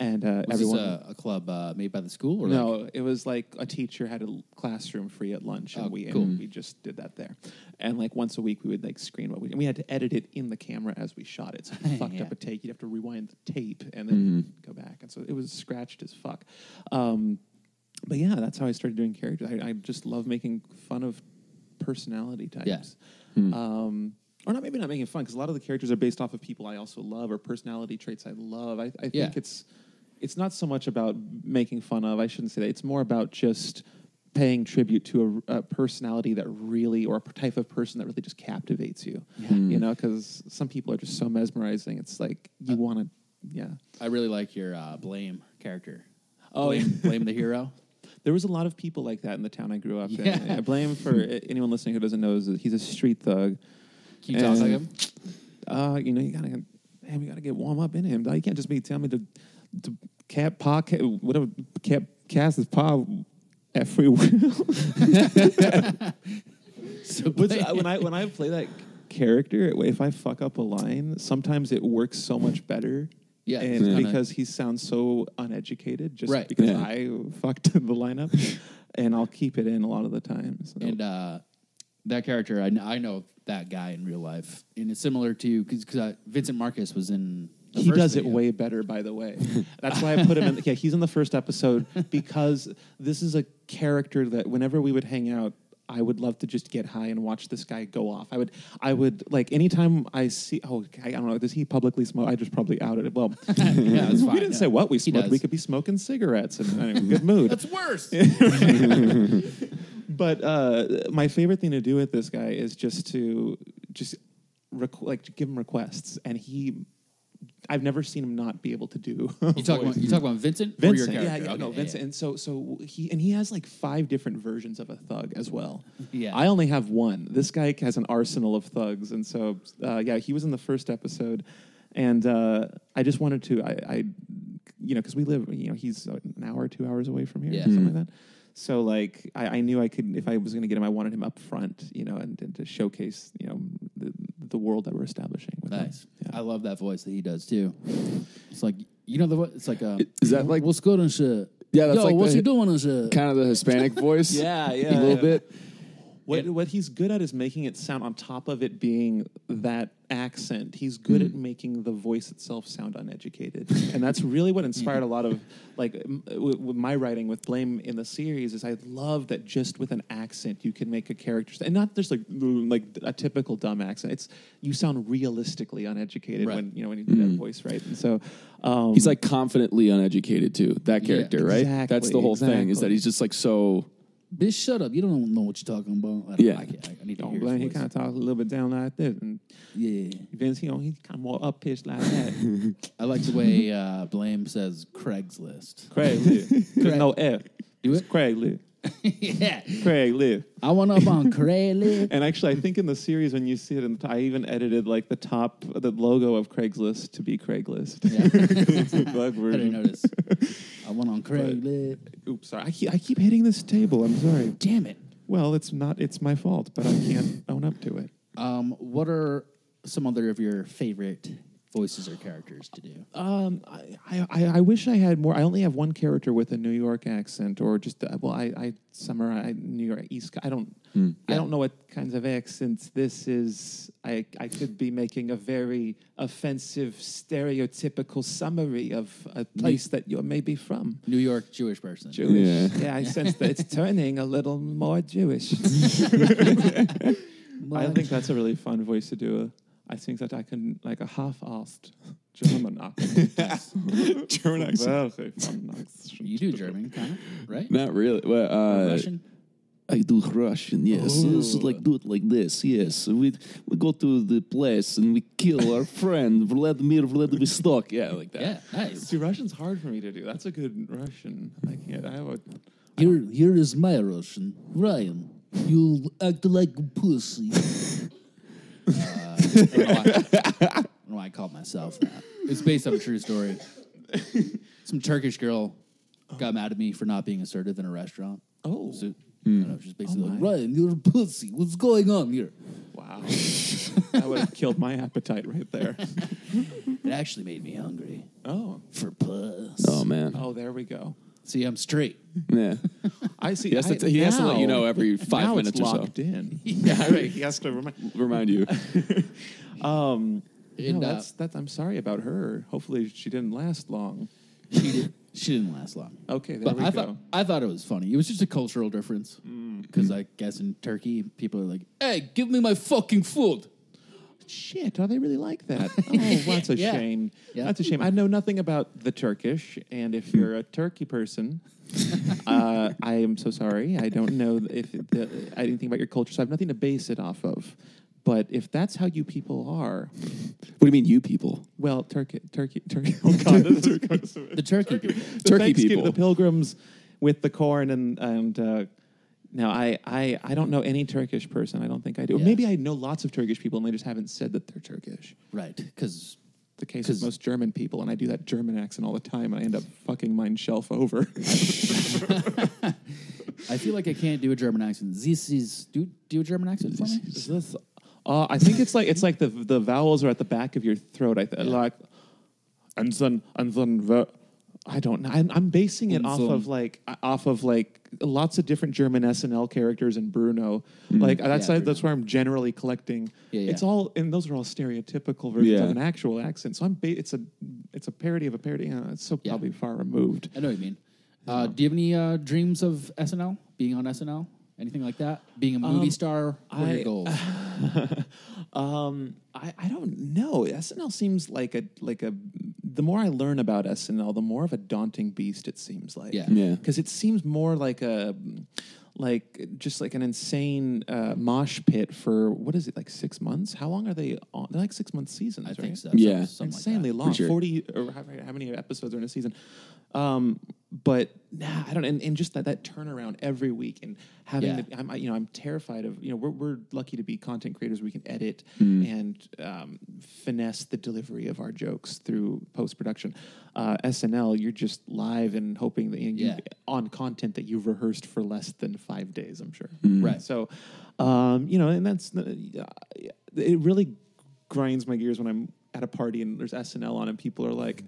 [SPEAKER 3] And uh,
[SPEAKER 2] Hmm. Was
[SPEAKER 3] everyone.
[SPEAKER 2] this a, a club uh, made by the school? Or
[SPEAKER 3] No,
[SPEAKER 2] like-
[SPEAKER 3] it was like a teacher had a l- classroom free at lunch, and
[SPEAKER 2] Oh,
[SPEAKER 3] we
[SPEAKER 2] cool.
[SPEAKER 3] and we just did that there. And like once a week, we would like screen what we and we had to edit it in the camera as we shot it. So if you
[SPEAKER 2] [LAUGHS]
[SPEAKER 3] fucked
[SPEAKER 2] Yeah. Mm-hmm.
[SPEAKER 3] up a take, you'd have to rewind the tape and then go back. And so it was scratched as fuck. Um, but yeah, that's how I started doing characters. I, I just love making fun of personality types.
[SPEAKER 2] Hmm.
[SPEAKER 3] Um, or not maybe not making fun because a lot of the characters are based off of people I also love or personality traits I love. I, I think
[SPEAKER 2] Yeah.
[SPEAKER 3] it's it's not so much about making fun of. I shouldn't say that. It's more about just paying tribute to a, a personality that really or a type of person that really just captivates you. You know, because some people are just so mesmerizing. It's like you want to, yeah.
[SPEAKER 2] I really like your uh, blame character.
[SPEAKER 3] Oh,
[SPEAKER 2] blame, blame the hero.
[SPEAKER 3] There was a lot of people like that in the town I grew up in.
[SPEAKER 2] Yeah.
[SPEAKER 3] I blame for anyone listening who doesn't know is that he's a street thug.
[SPEAKER 2] Can you talk
[SPEAKER 3] And-
[SPEAKER 2] like
[SPEAKER 3] [LAUGHS]
[SPEAKER 2] him?
[SPEAKER 3] uh, you know, you gotta, man, we gotta get warm up in him. dog. You can't just be telling me to, to cat paw, cat, whatever, cat cast his paw at free will.
[SPEAKER 2] So [LAUGHS]
[SPEAKER 3] What's,
[SPEAKER 2] blame-
[SPEAKER 3] I- uh, when I when I play that character, if I fuck up a line, sometimes it works so much better.
[SPEAKER 2] Yeah,
[SPEAKER 3] and
[SPEAKER 2] it's kinda-
[SPEAKER 3] because he sounds so uneducated, just
[SPEAKER 2] Right.
[SPEAKER 3] because
[SPEAKER 4] Yeah.
[SPEAKER 3] I fucked [LAUGHS] the lineup, and I'll keep it in a lot of the times.
[SPEAKER 2] and uh, that character, I, kn- I know that guy in real life, and it's similar to because uh, Vincent Marcus was in. The
[SPEAKER 3] he
[SPEAKER 2] first
[SPEAKER 3] does it
[SPEAKER 2] video.
[SPEAKER 3] way better, by the
[SPEAKER 2] [LAUGHS]
[SPEAKER 3] way. That's why I put him in. Yeah, he's in the first episode because this is a character that whenever we would hang out, I would love to just get high and watch this guy go off. I would, I would like anytime I see. Oh, I, I don't know. Does he publicly smoke? I just probably outed it.
[SPEAKER 2] [LAUGHS]
[SPEAKER 3] Well,
[SPEAKER 2] yeah, it's fine.
[SPEAKER 3] [LAUGHS] we didn't
[SPEAKER 2] yeah.
[SPEAKER 3] say what we
[SPEAKER 2] He
[SPEAKER 3] smoked. We
[SPEAKER 2] does.
[SPEAKER 3] could be smoking cigarettes and anyway, good mood.
[SPEAKER 2] That's worse.
[SPEAKER 3] But uh, my favorite thing to do with this guy is just to just requ- like to give him requests, and he. I've never seen him not be able to do. [LAUGHS]
[SPEAKER 2] You talk about you talk about Vincent,
[SPEAKER 3] Vincent,
[SPEAKER 2] or your
[SPEAKER 3] yeah,
[SPEAKER 2] character?
[SPEAKER 3] yeah,
[SPEAKER 2] Okay,
[SPEAKER 3] no, Vincent, and so so he and he has like five different versions of a thug as well.
[SPEAKER 2] Yeah.
[SPEAKER 3] I only have one. This guy has an arsenal of thugs, and so uh, yeah, he was in the first episode, and uh, I just wanted to, I, I you know, because we live, you know, he's an hour, two hours away from here,
[SPEAKER 2] Yeah.
[SPEAKER 3] something like that. So like, I, I knew I could, if I was going to get him, I wanted him up front, you know, and, and to showcase, you know, the, the world that we're establishing. With him.
[SPEAKER 2] Nice. I love that voice that he does too. It's like you know the vo- it's like um,
[SPEAKER 4] Is that like-
[SPEAKER 2] what's good and shit?
[SPEAKER 4] Yeah, that's
[SPEAKER 2] Yo,
[SPEAKER 4] like
[SPEAKER 2] what
[SPEAKER 4] the-
[SPEAKER 2] you doing and shit?
[SPEAKER 4] [LAUGHS] Kind of the Hispanic voice.
[SPEAKER 3] Yeah, yeah,
[SPEAKER 4] A little
[SPEAKER 3] yeah.
[SPEAKER 4] bit.
[SPEAKER 3] What what he's good at is making it sound on top of it being that accent. He's good at making the voice itself sound uneducated, and that's really what inspired a lot of like m- w- w- my writing with Blame in the series. Is I love that just with an accent you can make a character st- and not just like mm, like a typical dumb accent. It's you sound realistically uneducated
[SPEAKER 2] Right.
[SPEAKER 3] when you know when you do that voice right. And so um,
[SPEAKER 4] He's like confidently uneducated too. That character, right?
[SPEAKER 3] Exactly,
[SPEAKER 4] That's the whole thing. Is that
[SPEAKER 3] exactly.
[SPEAKER 4] he's just like so.
[SPEAKER 2] Bitch, shut up. You don't know what you're talking about. I don't,
[SPEAKER 4] Yeah.
[SPEAKER 2] I, can't- I- I need to
[SPEAKER 3] Oh,
[SPEAKER 2] hear
[SPEAKER 3] well,
[SPEAKER 2] his
[SPEAKER 3] he
[SPEAKER 2] voice.
[SPEAKER 3] kind of talks a little bit down like this, and
[SPEAKER 2] Yeah, yeah, yeah.
[SPEAKER 3] Vince, you know, he's kind of more up pitched like that.
[SPEAKER 2] I like the way uh, Blame says Craigslist. [LAUGHS]
[SPEAKER 3] Craigslist. There's no F.
[SPEAKER 2] Do
[SPEAKER 3] It's
[SPEAKER 2] it?
[SPEAKER 3] Craigslist.
[SPEAKER 2] yeah.
[SPEAKER 3] Craigslist.
[SPEAKER 2] I went up on Craigslist. [LAUGHS]
[SPEAKER 3] And actually, I think in the series, when you see it, in the t- I even edited like the top, the logo of Craigslist to be Craigslist.
[SPEAKER 2] Yeah.
[SPEAKER 3] It's a [LAUGHS] bug
[SPEAKER 2] I didn't
[SPEAKER 3] version.
[SPEAKER 2] notice. I went on Craigslist.
[SPEAKER 3] Oops, sorry. I keep, I keep hitting this table. I'm sorry.
[SPEAKER 2] Damn it.
[SPEAKER 3] Well, it's not, it's my fault, but I can't own up to it.
[SPEAKER 2] Um, what are some other of your favorite voices or characters to do?
[SPEAKER 3] Um, I, I- I, I wish I had more. I only have one character with a New York accent, or just uh, well, I, I summarize New York East. I don't, I don't know what kinds of accents this is. I, I could be making a very offensive, stereotypical summary of a place that you're maybe from.
[SPEAKER 2] New York Jewish person.
[SPEAKER 3] Jewish.
[SPEAKER 4] Yeah.
[SPEAKER 3] yeah, I sense that it's turning a little more
[SPEAKER 4] [LAUGHS]
[SPEAKER 3] Jewish. I think that's a really fun voice to do. I think that I can like a half-assed German accent.
[SPEAKER 4] [LAUGHS] German
[SPEAKER 3] Very fun accent.
[SPEAKER 2] You do German, kind of, right?
[SPEAKER 4] Not really. Well, uh,
[SPEAKER 2] Russian?
[SPEAKER 4] I do Russian, yes. It's like do it like this, yes. We we go to the place and we kill
[SPEAKER 3] [LAUGHS]
[SPEAKER 4] our friend Vladimir Vladivostok. Yeah, like that.
[SPEAKER 2] Yeah, nice.
[SPEAKER 3] See, Russian's hard for me to do. That's a good Russian. I can't. I would.
[SPEAKER 2] Here, here is my Russian, Ryan. You act like a [LAUGHS] pussy. uh, I, don't know why, I don't know why I called myself that. It's based on a true story. Some Turkish girl got mad at me for not being assertive in a restaurant.
[SPEAKER 3] Oh.
[SPEAKER 2] So, you know, she's basically like, Oh Ryan, you're a pussy. What's going on here?
[SPEAKER 3] Wow. that would have killed my appetite right
[SPEAKER 4] [LAUGHS]
[SPEAKER 3] there.
[SPEAKER 2] It actually made me hungry
[SPEAKER 3] Oh.
[SPEAKER 2] for puss.
[SPEAKER 4] Oh man.
[SPEAKER 3] Oh, there we go.
[SPEAKER 2] See, I'm [LAUGHS] straight.
[SPEAKER 3] [LAUGHS]
[SPEAKER 4] Yeah.
[SPEAKER 3] I see.
[SPEAKER 4] He has,
[SPEAKER 3] I-
[SPEAKER 4] to, t- he has to let you
[SPEAKER 3] now-
[SPEAKER 4] know every five
[SPEAKER 3] now
[SPEAKER 4] minutes
[SPEAKER 3] it's
[SPEAKER 4] or so.
[SPEAKER 3] locked in. yeah, right. He has to remind. [LAUGHS]
[SPEAKER 4] Remind you.
[SPEAKER 3] Um,
[SPEAKER 2] [LAUGHS] And,
[SPEAKER 3] no,
[SPEAKER 2] uh,
[SPEAKER 3] that's that's. I'm sorry about her. Hopefully, she didn't last long.
[SPEAKER 2] She, did, she didn't last long.
[SPEAKER 3] Okay, there
[SPEAKER 2] But
[SPEAKER 3] we
[SPEAKER 2] I
[SPEAKER 3] go. Mm.
[SPEAKER 2] thought I thought it was funny. It was just a cultural difference because I guess in Turkey people are like, "Hey, give me my fucking food."
[SPEAKER 3] Shit, are they really like that? [LAUGHS] Oh, well, that's a
[SPEAKER 2] Yeah.
[SPEAKER 3] shame.
[SPEAKER 2] Yeah.
[SPEAKER 3] That's a shame. I know nothing about the Turkish, and if you're a Turkey person, uh, I am so sorry. I don't know if the, I didn't think about your culture, so I have nothing to base it off of. But if that's how you people are,
[SPEAKER 4] What do you mean, you people?
[SPEAKER 3] well, Turkey, Turkey, Turkey. [LAUGHS] Oh God, this is
[SPEAKER 2] The Turkey people.
[SPEAKER 3] the
[SPEAKER 4] Turkey
[SPEAKER 3] Thanksgiving-
[SPEAKER 4] people.
[SPEAKER 3] the pilgrims with the corn and and. Uh, now I, I I don't know any Turkish person. I don't think I do.
[SPEAKER 2] Yeah.
[SPEAKER 3] Maybe I know lots of Turkish people, and they just haven't said that they're Turkish.
[SPEAKER 2] right? Because
[SPEAKER 3] the case with most German people, and I do that German accent all the time, and I end up fucking mine shelf over. [LAUGHS]
[SPEAKER 2] I feel like I can't do a German accent. This is do do a German accent for me.
[SPEAKER 3] uh, I think it's like it's like the the vowels are at the back of your throat. I th- like, and then and then ver- I don't know. I'm, I'm basing it
[SPEAKER 2] And
[SPEAKER 3] off
[SPEAKER 2] then.
[SPEAKER 3] of like uh, off of like lots of different German SNL characters and Bruno. Like
[SPEAKER 2] Mm-hmm.
[SPEAKER 3] that's
[SPEAKER 2] Yeah,
[SPEAKER 3] I-
[SPEAKER 2] Bruno.
[SPEAKER 3] that's where I'm generally collecting.
[SPEAKER 2] Yeah, yeah.
[SPEAKER 3] It's all and those are all stereotypical versions
[SPEAKER 4] Yeah.
[SPEAKER 3] of an actual accent. So I'm ba- it's a it's a parody of a parody. Uh, it's so
[SPEAKER 2] Yeah.
[SPEAKER 3] probably far removed.
[SPEAKER 2] I know what you mean. Uh, do you have any uh, dreams of SNL? Being on SNL? Anything like that? Being a movie star? What are
[SPEAKER 3] Um, I-
[SPEAKER 2] your
[SPEAKER 3] [SIGHS]
[SPEAKER 2] goals?
[SPEAKER 3] Um, I, I don't know. SNL seems like a like a. The more I learn about SNL, the more of a daunting beast it seems like.
[SPEAKER 2] Yeah.
[SPEAKER 4] Yeah.
[SPEAKER 3] Because it seems more like a, like just like an insane uh, mosh pit for what is it like six months? How long are they on? They're like six month seasons.
[SPEAKER 2] I
[SPEAKER 3] right?
[SPEAKER 2] think so. Something
[SPEAKER 4] Yeah.
[SPEAKER 2] like that.
[SPEAKER 3] insanely long,
[SPEAKER 4] Pretty sure.
[SPEAKER 3] forty or how, how many episodes are in a season? Um, but nah, I don't. And, and just that that turnaround every week and having
[SPEAKER 2] Yeah.
[SPEAKER 3] the, I'm I- you know I'm terrified of you know we're we're lucky to be content creators. We can edit
[SPEAKER 2] Mm-hmm.
[SPEAKER 3] and um, finesse the delivery of our jokes through post production. Uh, SNL, you're just live and hoping that you, you-
[SPEAKER 2] Yeah.
[SPEAKER 3] on content that you've rehearsed for less than five days. I'm sure.
[SPEAKER 2] Right.
[SPEAKER 3] So, um, you know, and that's uh, it. Really grinds my gears when I'm at a party and there's SNL on and people are like,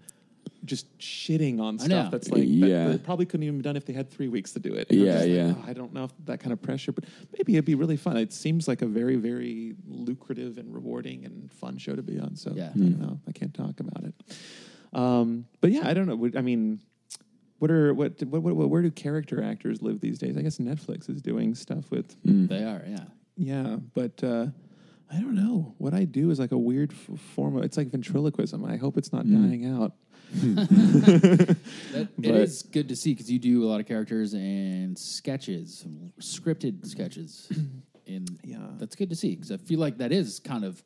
[SPEAKER 3] just shitting on
[SPEAKER 2] know.
[SPEAKER 3] stuff that's like that-
[SPEAKER 4] Yeah.
[SPEAKER 3] that, probably couldn't even be done if they had three weeks to do it.
[SPEAKER 4] Yeah,
[SPEAKER 3] just like,
[SPEAKER 4] yeah.
[SPEAKER 3] "Oh, I don't know if that kind of pressure, but maybe it'd be really fun. It seems like a very, very lucrative and rewarding and fun show to be on. So
[SPEAKER 2] Yeah.
[SPEAKER 3] I don't know. I can't talk about it. Um, but yeah, I don't know. Would- I mean, what are what, what what where do character actors live these days? I guess Netflix is doing stuff with
[SPEAKER 2] They are, yeah.
[SPEAKER 3] yeah, but uh, I don't know. What I do is like a weird f- form of it's like ventriloquism. I hope it's not dying out.
[SPEAKER 2] That, it
[SPEAKER 4] But-
[SPEAKER 2] is good to see because you do a lot of characters and sketches, scripted
[SPEAKER 3] [CLEARS THROAT]
[SPEAKER 2] sketches, and
[SPEAKER 3] Yeah.
[SPEAKER 2] that's good to see because I feel like that is kind of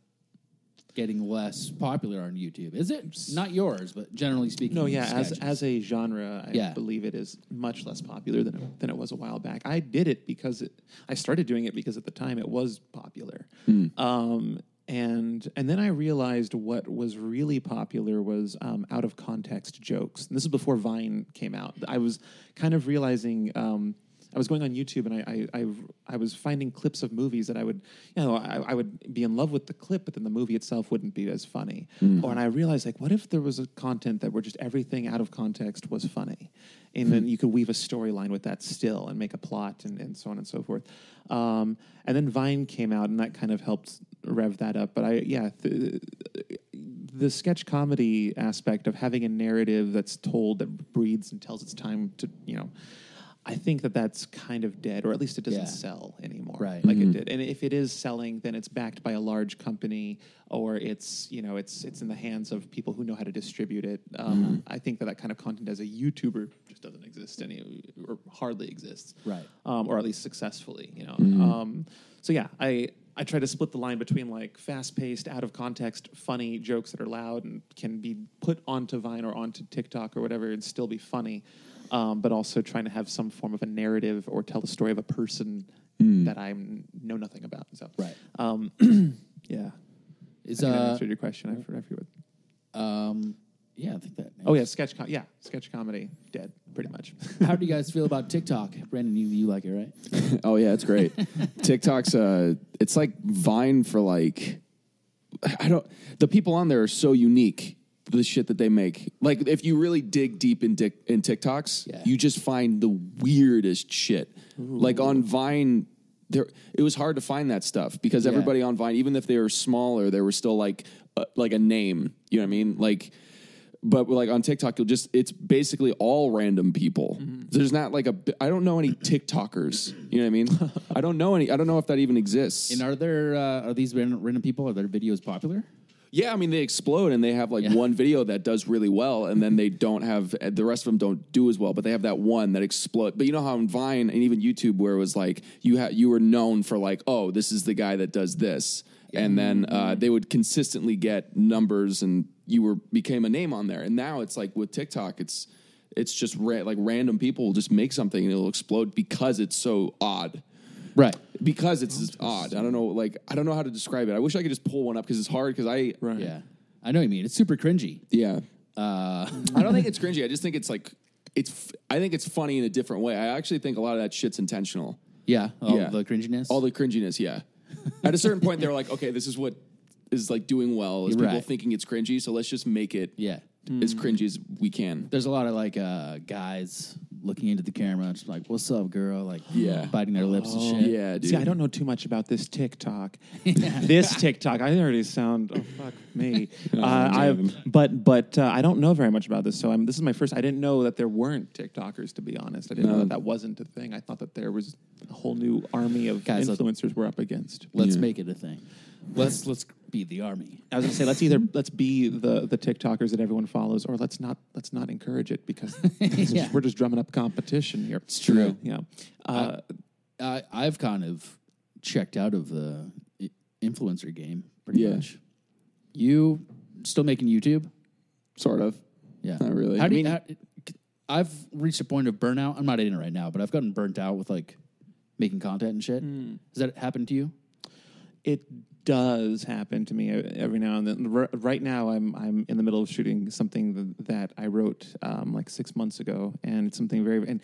[SPEAKER 2] getting less popular on YouTube. Is it not yours, but generally speaking?
[SPEAKER 3] No, yeah, as
[SPEAKER 2] sketches.
[SPEAKER 3] as a genre, I
[SPEAKER 2] Yeah.
[SPEAKER 3] believe it is much less popular than it, than it was a while back. I did it because it, I started doing it because at the time it was popular.
[SPEAKER 2] Hmm.
[SPEAKER 3] Um, and and then I realized what was really popular was um, out of context jokes. And this is before Vine came out. I was kind of realizing um, I was going on YouTube and I, I, I, I was finding clips of movies that I would, you know, I, I would be in love with the clip, but then the movie itself wouldn't be as funny. Or, and I realized, like, what if there was a content that where just everything out of context was funny? And then you could weave a storyline with that still and make a plot and, and so on and so forth. Um, and then Vine came out and that kind of helped rev that up. But I, yeah, th- the sketch comedy aspect of having a narrative that's told that breathes and tells its time to you know i think that that's kind of dead or at least it doesn't
[SPEAKER 2] Yeah.
[SPEAKER 3] sell anymore
[SPEAKER 2] Right.
[SPEAKER 3] like it did and if it is selling then it's backed by a large company or it's you know it's it's in the hands of people who know how to distribute it
[SPEAKER 2] Mm-hmm.
[SPEAKER 3] um, i think that that kind of content as a youtuber just doesn't exist any or hardly exists
[SPEAKER 2] Right.
[SPEAKER 3] um, or at least successfully. You know,
[SPEAKER 2] Mm-hmm.
[SPEAKER 3] um, so yeah, I I try to split the line between like fast paced, out of context, funny jokes that are loud and can be put onto Vine or onto TikTok or whatever and still be funny, um, but also trying to have some form of a narrative or tell the story of a person that I know nothing about. So
[SPEAKER 2] Mm. Right.
[SPEAKER 3] um, [CLEARS THROAT] yeah.
[SPEAKER 2] is
[SPEAKER 3] I think I
[SPEAKER 2] uh,
[SPEAKER 3] answered your question. I forgot. I forget.
[SPEAKER 2] um, yeah, I think that.
[SPEAKER 3] Oh yeah, sketch. Com- yeah, sketch comedy. Dead, pretty much.
[SPEAKER 2] How do you guys feel about TikTok, Brandon? You, you like it, right?
[SPEAKER 4] [LAUGHS] Oh yeah, it's great. TikTok's uh it's like Vine for like I don't the people on there are so unique the shit that they make. Like if you really dig deep in dic- in TikToks,
[SPEAKER 2] Yeah.
[SPEAKER 4] you just find the weirdest shit. Like on Vine there it was hard to find that stuff because
[SPEAKER 2] Yeah.
[SPEAKER 4] everybody on Vine even if they were smaller, they were still like uh, like a name, you know what I mean? Like but like on TikTok, you'll just it's basically all random people. There's not like a bi- I don't know any TikTokers. You know what I mean? I don't know any. I don't know if that even exists.
[SPEAKER 2] And are there uh, are these random, random people? Are their videos popular?
[SPEAKER 4] yeah, I mean they explode and they have like
[SPEAKER 2] Yeah.
[SPEAKER 4] one video that does really well, and then they don't have the rest of them don't do as well. But they have that one that explode. But you know how on Vine and even YouTube, where it was like you had you were known for like oh this is the guy that does this, and then uh, they would consistently get numbers, and you were became a name on there. And now it's like with TikTok, it's it's just ra- like random people will just make something and it'll explode because it's so odd
[SPEAKER 2] Right.
[SPEAKER 4] because it's just odd. I don't know, like I don't know how to describe it. I wish I could just pull one up because it's hard. Because I,
[SPEAKER 3] right.
[SPEAKER 2] Yeah, I know what you mean. It's super cringy.
[SPEAKER 4] yeah,
[SPEAKER 2] Uh, [LAUGHS]
[SPEAKER 4] I don't think it's cringy. I just think it's like it's. f- I think it's funny in a different way. I actually think a lot of that shit's intentional.
[SPEAKER 2] yeah, all
[SPEAKER 4] Yeah.
[SPEAKER 2] the cringiness.
[SPEAKER 4] All the cringiness, yeah. At a certain point, they're like, okay, this is what is like doing well. Is people
[SPEAKER 2] Right.
[SPEAKER 4] thinking it's cringy? So let's just make it
[SPEAKER 2] yeah.
[SPEAKER 4] as cringy as we can.
[SPEAKER 2] There's a lot of like uh, guys looking into the camera, just like, "What's up, girl?" Like,
[SPEAKER 4] Yeah. Oh,
[SPEAKER 2] biting their lips and shit.
[SPEAKER 4] Yeah, dude.
[SPEAKER 3] See, I don't know too much about this [LAUGHS] TikTok. this TikTok, I already sound oh fuck [LAUGHS] me. Uh, I but but uh, I don't know very much about this, so I'm, this is my first. I didn't know that there weren't TikTokers. To be honest, I didn't know that that wasn't a thing. I thought that there was a whole new army of
[SPEAKER 2] Guys, let-
[SPEAKER 3] influencers we're up against.
[SPEAKER 2] Let's make it a thing. Let's let's be the army.
[SPEAKER 3] I was gonna say let's either let's be the the TikTokers that everyone follows, or let's not let's not encourage it [LAUGHS] because it's just- we're just drumming up competition here. It's
[SPEAKER 2] true.
[SPEAKER 3] Yeah. Uh,
[SPEAKER 2] I, I've kind of checked out of the i- influencer game pretty
[SPEAKER 4] Yeah.
[SPEAKER 2] much. You still making YouTube?
[SPEAKER 4] Sort of.
[SPEAKER 2] Yeah,
[SPEAKER 4] Not really.
[SPEAKER 2] How do
[SPEAKER 4] I
[SPEAKER 2] you? How, I've reached a point of burnout. I'm not in it right now, but I've gotten burnt out with like making content and shit.
[SPEAKER 4] Hmm.
[SPEAKER 2] Has that happened to you?
[SPEAKER 3] it does happen to me e-, every now and then. R- right now, I'm I'm in the middle of shooting something th- that I wrote um, like six months ago, and it's something very and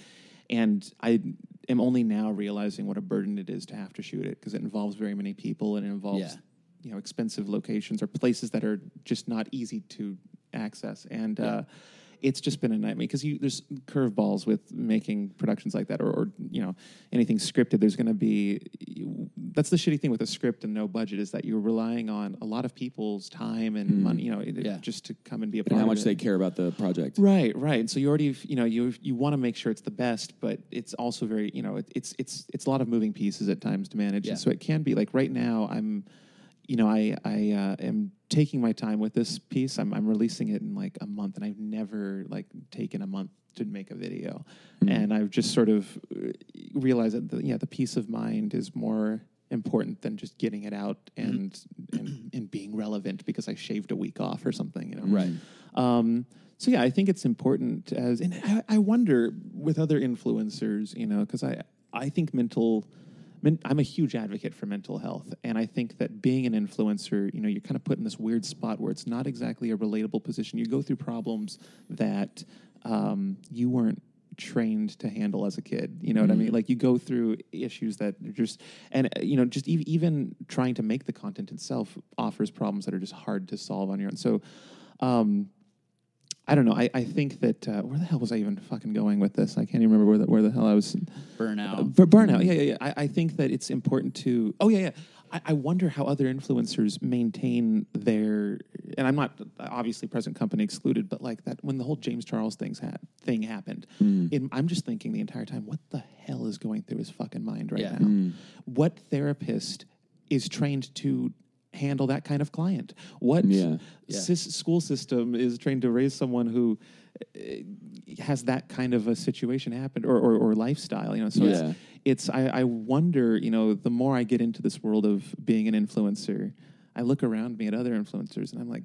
[SPEAKER 3] and I am only now realizing what a burden it is to have to shoot it because it involves very many people and it involves
[SPEAKER 2] Yeah.
[SPEAKER 3] you know expensive locations or places that are just not easy to access and. Uh, it's just been a nightmare because there's curveballs with making productions like that or, or you know anything scripted. There's going to be that's the shitty thing with a script and no budget is that you're relying on a lot of people's time and money. You know, it-
[SPEAKER 2] Yeah.
[SPEAKER 3] just to come and be a part
[SPEAKER 4] Mm. and how
[SPEAKER 3] of
[SPEAKER 4] much
[SPEAKER 3] it.
[SPEAKER 4] they care about the project.
[SPEAKER 3] Right, right. And so you already, you know, you you want to make sure it's the best, but it's also very, you know, it, it's it's it's a lot of moving pieces at times to manage.
[SPEAKER 2] Yeah.
[SPEAKER 3] And so it can be like right now, I'm, you know, I I uh, am taking my time with this piece. I'm I'm releasing it in like a month, and I've never like taken a month to make a video,
[SPEAKER 2] Hmm.
[SPEAKER 3] and I've just sort of uh, realized that the, yeah, the peace of mind is more important than just getting it out
[SPEAKER 2] Hmm.
[SPEAKER 3] and and, and being relevant because I shaved a week off or something, you know.
[SPEAKER 2] Right.
[SPEAKER 3] Um, so yeah, I think it's important as, and I, I wonder with other influencers, you know, because I I think mental, men, I'm a huge advocate for mental health, and I think that being an influencer, you know, you're kind of put in this weird spot where it's not exactly a relatable position. You go through problems that um, you weren't trained to handle as a kid. You know what I mean? Like you go through issues that are just, and uh, you know, just ev- even trying to make the content itself offers problems that are just hard to solve on your own. So. Um, I don't know. I, I think that uh, where the hell was I even fucking going with this? I can't even remember where the, where the hell I was.
[SPEAKER 2] Burnout.
[SPEAKER 3] Uh, bur- burnout. Yeah, yeah, yeah. I, I think that it's important to. Oh yeah, yeah. I, I wonder how other influencers maintain their. And I'm not obviously present company excluded, but like that when the whole James Charles things ha- thing happened,
[SPEAKER 2] Mm.
[SPEAKER 3] in, I'm just thinking the entire time, what the hell is going through his fucking mind right
[SPEAKER 2] Yeah. Mm.
[SPEAKER 3] now? What therapist is trained to? handle that kind of client what
[SPEAKER 4] Yeah.
[SPEAKER 2] Yeah.
[SPEAKER 3] sys- school system is trained to raise someone who has that kind of a situation happen or, or, or lifestyle you know so
[SPEAKER 4] Yeah.
[SPEAKER 3] it's, it's I, I wonder you know the more i get into this world of being an influencer i look around me at other influencers and i'm like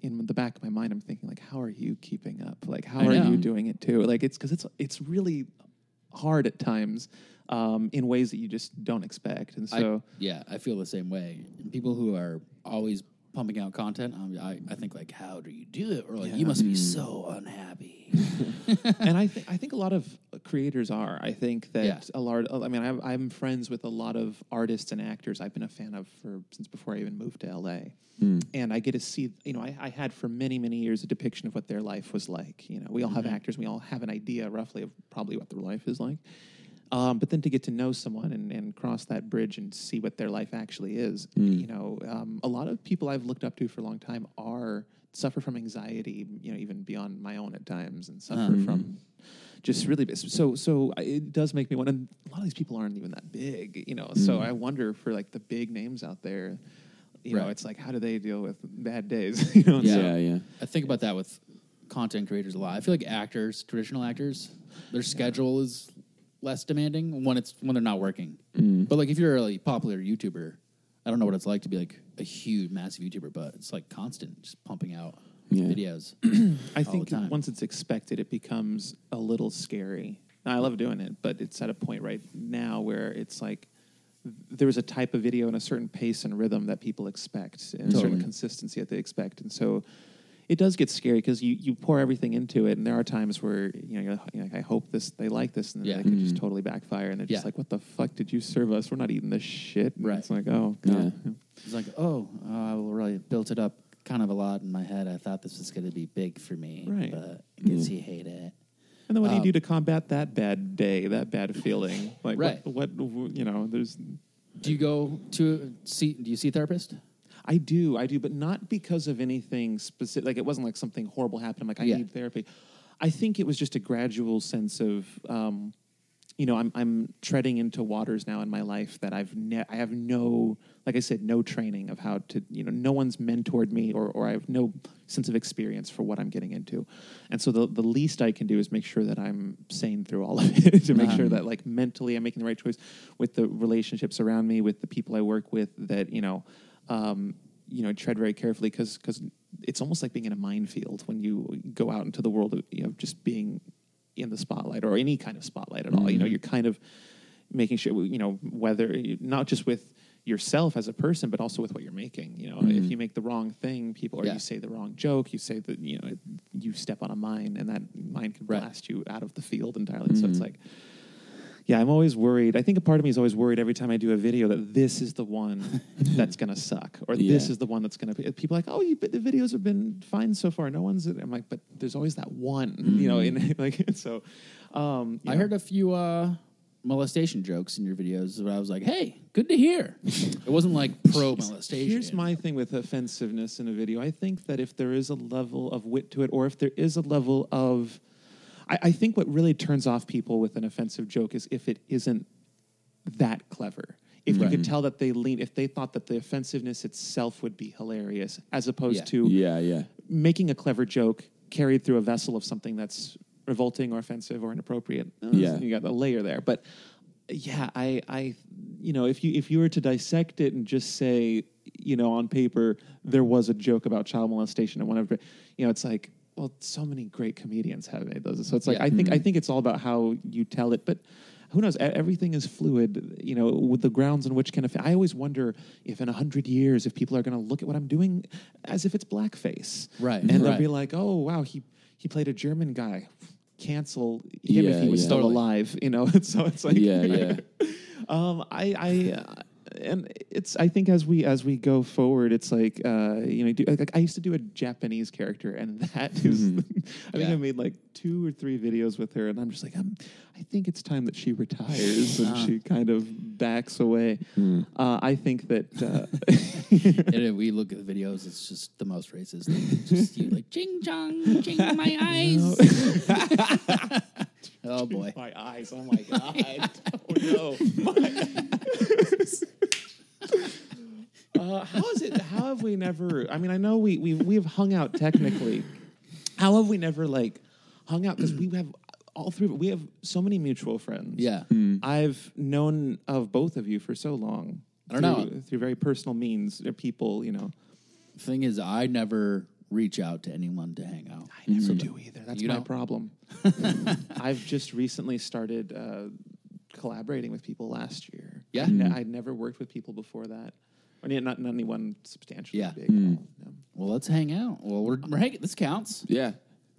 [SPEAKER 3] in the back of my mind i'm thinking like how are you keeping up like how
[SPEAKER 2] I
[SPEAKER 3] are
[SPEAKER 2] know.
[SPEAKER 3] you doing it too like it's because it's it's really hard at times um, in ways that you just don't expect and
[SPEAKER 2] I-
[SPEAKER 3] so
[SPEAKER 2] yeah, I feel the same way. And people who are always pumping out content, I'm, I I think like, how do you do it? Or like, you must
[SPEAKER 4] Hmm.
[SPEAKER 2] be so unhappy.
[SPEAKER 3] and I think I think a lot of creators are. I think that
[SPEAKER 2] Yeah.
[SPEAKER 3] a lot. I mean, I'm, I'm friends with a lot of artists and actors I've been a fan of for since before I even moved to LA. And I get to see, you know, I, I had for many many years a depiction of what their life was like. You know, we all have actors, we all have an idea roughly of probably what their life is like. Um, but then to get to know someone and, and cross that bridge and see what their life actually is, you know, um, a lot of people I've looked up to for a long time are suffer from anxiety, you know, even beyond my own at times, and suffer from just really. So, so I- it does make me wonder. And a lot of these people aren't even that big, you know. So I wonder for like the big names out there, you know,
[SPEAKER 2] Right.
[SPEAKER 3] it's like how do they deal with bad days? [LAUGHS] you know,
[SPEAKER 4] [LAUGHS] Yeah,
[SPEAKER 3] So-
[SPEAKER 4] yeah.
[SPEAKER 2] I think about that with content creators a lot. I feel like actors, traditional actors, their schedule is less demanding when it's when they're not working.
[SPEAKER 4] Hmm.
[SPEAKER 2] But like if you're a like, popular YouTuber, I don't know what it's like to be like a huge, massive YouTuber, but it's like constant, just pumping out
[SPEAKER 4] Yeah.
[SPEAKER 2] videos.
[SPEAKER 3] I
[SPEAKER 2] the
[SPEAKER 3] think
[SPEAKER 2] time.
[SPEAKER 3] once it's expected, it becomes a little scary. I love doing it, but it's at a point right now where it's like there is a type of video and a certain pace and rhythm that people expect and a certain consistency that they expect. And so it does get scary because you, you pour everything into it. And there are times where, you know, you're, you're like, I hope this, they like this. And then
[SPEAKER 2] Yeah. Mm-hmm.
[SPEAKER 3] they could just totally backfire. And they're just
[SPEAKER 2] Yeah.
[SPEAKER 3] like, what the fuck did you serve us? We're not eating this shit. And
[SPEAKER 2] Right.
[SPEAKER 3] It's like, oh,
[SPEAKER 4] Yeah.
[SPEAKER 3] God. Yeah.
[SPEAKER 2] It's like, oh, uh, I really built it up kind of a lot in my head. I thought this was going to be big for me,
[SPEAKER 3] Right.
[SPEAKER 2] but I guess he hated it.
[SPEAKER 3] And then what do
[SPEAKER 2] Um,
[SPEAKER 3] you do to combat that bad day, that bad feeling?
[SPEAKER 2] [LAUGHS]
[SPEAKER 3] Like
[SPEAKER 2] Right.
[SPEAKER 3] what, what you know, there's
[SPEAKER 2] Do you go to see? Do you see a therapist?
[SPEAKER 3] I do, I do, but not because of anything specific. Like it wasn't like something horrible happened. I'm like, I
[SPEAKER 2] Yeah.
[SPEAKER 3] need therapy. I think it was just a gradual sense of, um, you know, I'm I'm treading into waters now in my life that I've ne- I have no, like I said, no training of how to, you know, no one's mentored me or or I have no sense of experience for what I'm getting into, and so the the least I can do is make sure that I'm sane through all of it [LAUGHS] to make sure that like mentally I'm making the right choice with the relationships around me, with the people I work with, that you know um, you know, tread very carefully because it's almost like being in a minefield when you go out into the world of you know just being in the spotlight or any kind of spotlight at all. You know,
[SPEAKER 2] Mm.
[SPEAKER 3] you're kind of making sure you know whether you, not just with yourself as a person, but also with what you're making. You know, if you make the wrong thing, people or
[SPEAKER 2] Mm. Yeah.
[SPEAKER 3] you say the wrong joke, you say that you know you step on a mine and that mine can
[SPEAKER 2] Right. Mm.
[SPEAKER 3] blast you out of the field entirely. So it's like Yeah, I'm always worried. I think a part of me is always worried every time I do a video that this is the
[SPEAKER 2] [LAUGHS]
[SPEAKER 3] one that's going to suck or this
[SPEAKER 4] Yeah.
[SPEAKER 3] is the one that's going to be. People are like, oh, you, but the videos have been fine so far. No one's. I'm like, but there's always that one, you know. And [LAUGHS] like, so um, you
[SPEAKER 2] Mm. I
[SPEAKER 3] know.
[SPEAKER 2] heard a few uh, molestation jokes in your videos, but I was like, hey, good to hear. it wasn't like [LAUGHS] pro molestation.
[SPEAKER 3] Here's my thing with offensiveness in a video. I think that if there is a level of wit to it, or if there is a level of, I, I think what really turns off people with an offensive joke is if it isn't that clever. If you could tell that they lean, if they thought that the offensiveness itself would be hilarious, as opposed
[SPEAKER 2] Yeah.
[SPEAKER 3] to
[SPEAKER 4] Yeah, yeah.
[SPEAKER 3] making a clever joke carried through a vessel of something that's revolting or offensive or inappropriate. Uh,
[SPEAKER 4] Yeah.
[SPEAKER 3] you got the layer there. But yeah, I, I, you know, if you if you were to dissect it and just say, you know, on paper there was a joke about child molestation and whatever, you know, it's like, well, so many great comedians have made those. So it's like,
[SPEAKER 2] Yeah.
[SPEAKER 3] I think I think it's all about how you tell it, but. Who knows? E- Everything is fluid, you know. With the grounds on which can affect. I always wonder if in a hundred years, if people are going to look at what I'm doing as if it's blackface,
[SPEAKER 2] Right,
[SPEAKER 3] And they'll
[SPEAKER 2] right.
[SPEAKER 3] be like, "Oh, wow, he he played a German guy. Cancel him if
[SPEAKER 4] Yeah,
[SPEAKER 3] he was
[SPEAKER 4] yeah.
[SPEAKER 3] still
[SPEAKER 2] Totally.
[SPEAKER 3] alive." You know, [LAUGHS] so it's like,
[SPEAKER 4] Yeah, yeah.
[SPEAKER 3] [LAUGHS] um, I, I, uh, and it's. I think as we as we go forward, it's like uh, you know, do, like I used to do a Japanese character, and [LAUGHS] that is-
[SPEAKER 4] Mm-hmm.
[SPEAKER 3] I think
[SPEAKER 2] Yeah.
[SPEAKER 3] I made like two or three videos with her, and I'm just like, um I think it's time that she retires, and
[SPEAKER 4] Ah.
[SPEAKER 3] she kind of backs away.
[SPEAKER 4] Hmm.
[SPEAKER 3] Uh, I think that.
[SPEAKER 4] [LAUGHS]
[SPEAKER 3] Uh,
[SPEAKER 2] And if we look at the videos, it's just the most racist thing. It's just you like, ching chong, [LAUGHS] ching my eyes. [LAUGHS] oh, boy.
[SPEAKER 3] My eyes. Oh my god. oh no. [LAUGHS] uh, how is it? How have we never? I mean, I know we we we've hung out technically. How have we never like hung out? Because we have all three. of We have so many mutual friends.
[SPEAKER 2] Yeah.
[SPEAKER 3] I've known of both of you for so long.
[SPEAKER 2] I don't
[SPEAKER 3] through,
[SPEAKER 2] know.
[SPEAKER 3] Through very personal means, or people, you know.
[SPEAKER 2] Thing is, I never reach out to anyone to hang out.
[SPEAKER 3] I never do either. That's
[SPEAKER 2] You
[SPEAKER 3] my
[SPEAKER 2] don't?
[SPEAKER 3] [LAUGHS] problem. I've just recently started uh, collaborating with people last year.
[SPEAKER 2] Yeah?
[SPEAKER 3] I ne- I'd never worked with people before that. I mean, not, not anyone substantially
[SPEAKER 2] Yeah.
[SPEAKER 3] big. at all, no.
[SPEAKER 2] Well, let's hang out. Well, we're, we're hanging. This counts.
[SPEAKER 4] Yeah.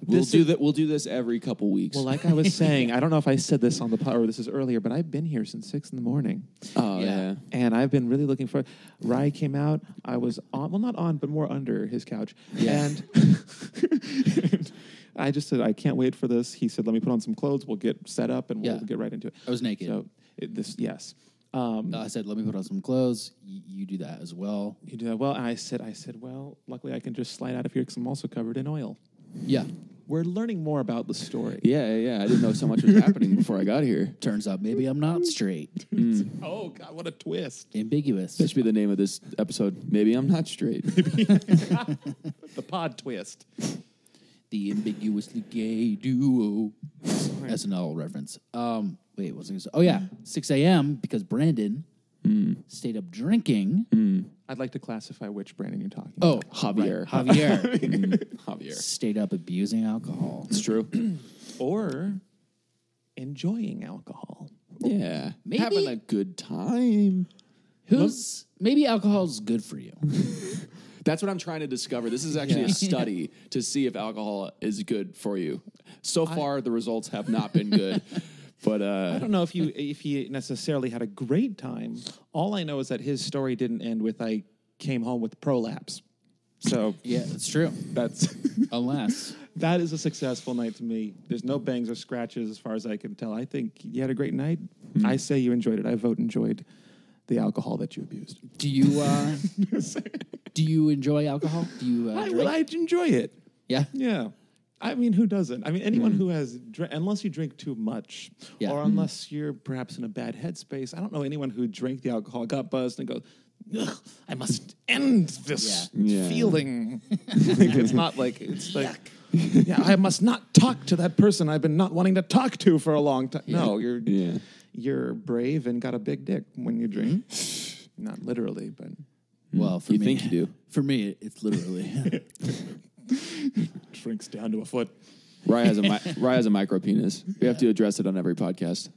[SPEAKER 4] We'll
[SPEAKER 3] This
[SPEAKER 4] do
[SPEAKER 3] is-
[SPEAKER 4] that. We'll do this every couple weeks.
[SPEAKER 3] Well, like I [LAUGHS] was saying, I don't know if I said this on the pod or this is earlier, but I've been here since six in the morning.
[SPEAKER 4] oh
[SPEAKER 2] yeah.
[SPEAKER 4] yeah.
[SPEAKER 3] And I've been really looking for. Rye came out. I was on, well, not on, but more under his couch. And [LAUGHS] I just said, I can't wait for this. He said, let me put on some clothes. We'll get set up and we'll
[SPEAKER 2] Yeah.
[SPEAKER 3] get right into it.
[SPEAKER 2] I was naked.
[SPEAKER 3] So it, this, yes. Um,
[SPEAKER 2] Uh, I said, let me put on some clothes. Y- you do that as well.
[SPEAKER 3] you do that well. And I said, I said, well, luckily I can just slide out of here because I'm also covered in oil.
[SPEAKER 2] Yeah.
[SPEAKER 3] We're learning more about the story.
[SPEAKER 4] Yeah, yeah. I didn't know so much was happening before I got here.
[SPEAKER 2] Turns out maybe I'm not straight.
[SPEAKER 3] Oh God, what a twist!
[SPEAKER 2] Ambiguous.
[SPEAKER 4] That should be the name of this episode. Maybe I'm not straight.
[SPEAKER 3] The pod twist.
[SPEAKER 2] the ambiguously gay duo. SNL reference. Um, wait, what was I going to say? Oh, yeah. 6 a.m. because Brandon stayed up drinking.
[SPEAKER 3] I'd like to classify which Brandon you're talking.
[SPEAKER 2] Oh,
[SPEAKER 4] Javier.
[SPEAKER 2] right, [LAUGHS] Javier
[SPEAKER 4] Javier.
[SPEAKER 2] stayed up abusing alcohol.
[SPEAKER 4] It's [CLEARS THROAT] true.
[SPEAKER 3] about. or enjoying alcohol.
[SPEAKER 4] yeah.
[SPEAKER 2] Maybe-
[SPEAKER 4] Having a good time.
[SPEAKER 2] Who's maybe alcohol's good for you?
[SPEAKER 4] That's what I'm trying to discover. This is actually [LAUGHS]
[SPEAKER 2] Yeah.
[SPEAKER 4] a study to see if alcohol is good for you. So far, the results have not been [LAUGHS] good. but
[SPEAKER 3] I
[SPEAKER 4] uh,
[SPEAKER 3] don't know if you if he necessarily had a great time. All I know is that his story didn't end with I came home with prolapse. So
[SPEAKER 2] Yeah, it's true.
[SPEAKER 3] that's [LAUGHS]
[SPEAKER 2] Unless
[SPEAKER 3] that is a successful night to me. There's no bangs or scratches as far as I can tell. I think you had a great night. I say you enjoyed it. I vote enjoyed the alcohol that you abused.
[SPEAKER 2] do you uh, do you enjoy alcohol? Do you uh,
[SPEAKER 3] I,
[SPEAKER 2] drink?
[SPEAKER 3] well, I enjoy it.
[SPEAKER 2] yeah.
[SPEAKER 3] Yeah. I mean, who doesn't? I mean, anyone
[SPEAKER 4] Mm-hmm.
[SPEAKER 3] who has, dr- unless you drink too much,
[SPEAKER 2] Yeah.
[SPEAKER 3] or unless you're perhaps in a bad headspace. I don't know anyone who drank the alcohol, got buzzed, and goes, Ugh, "I must end this
[SPEAKER 4] Yeah. Yeah.
[SPEAKER 3] feeling." [LAUGHS] Like, it's not like it's like, yeah, I must not talk to that person I've been not wanting to talk to for a long time. No, you're
[SPEAKER 4] Yeah.
[SPEAKER 3] you're brave and got a big dick when you drink.
[SPEAKER 4] Mm-hmm.
[SPEAKER 3] not literally, but
[SPEAKER 2] Well, for
[SPEAKER 4] You
[SPEAKER 2] me,
[SPEAKER 4] think you do.
[SPEAKER 2] For me, it's literally.
[SPEAKER 3] shrinks down to a foot.
[SPEAKER 4] Rye has a mi- Rye has a micro penis. We have to address it on every podcast.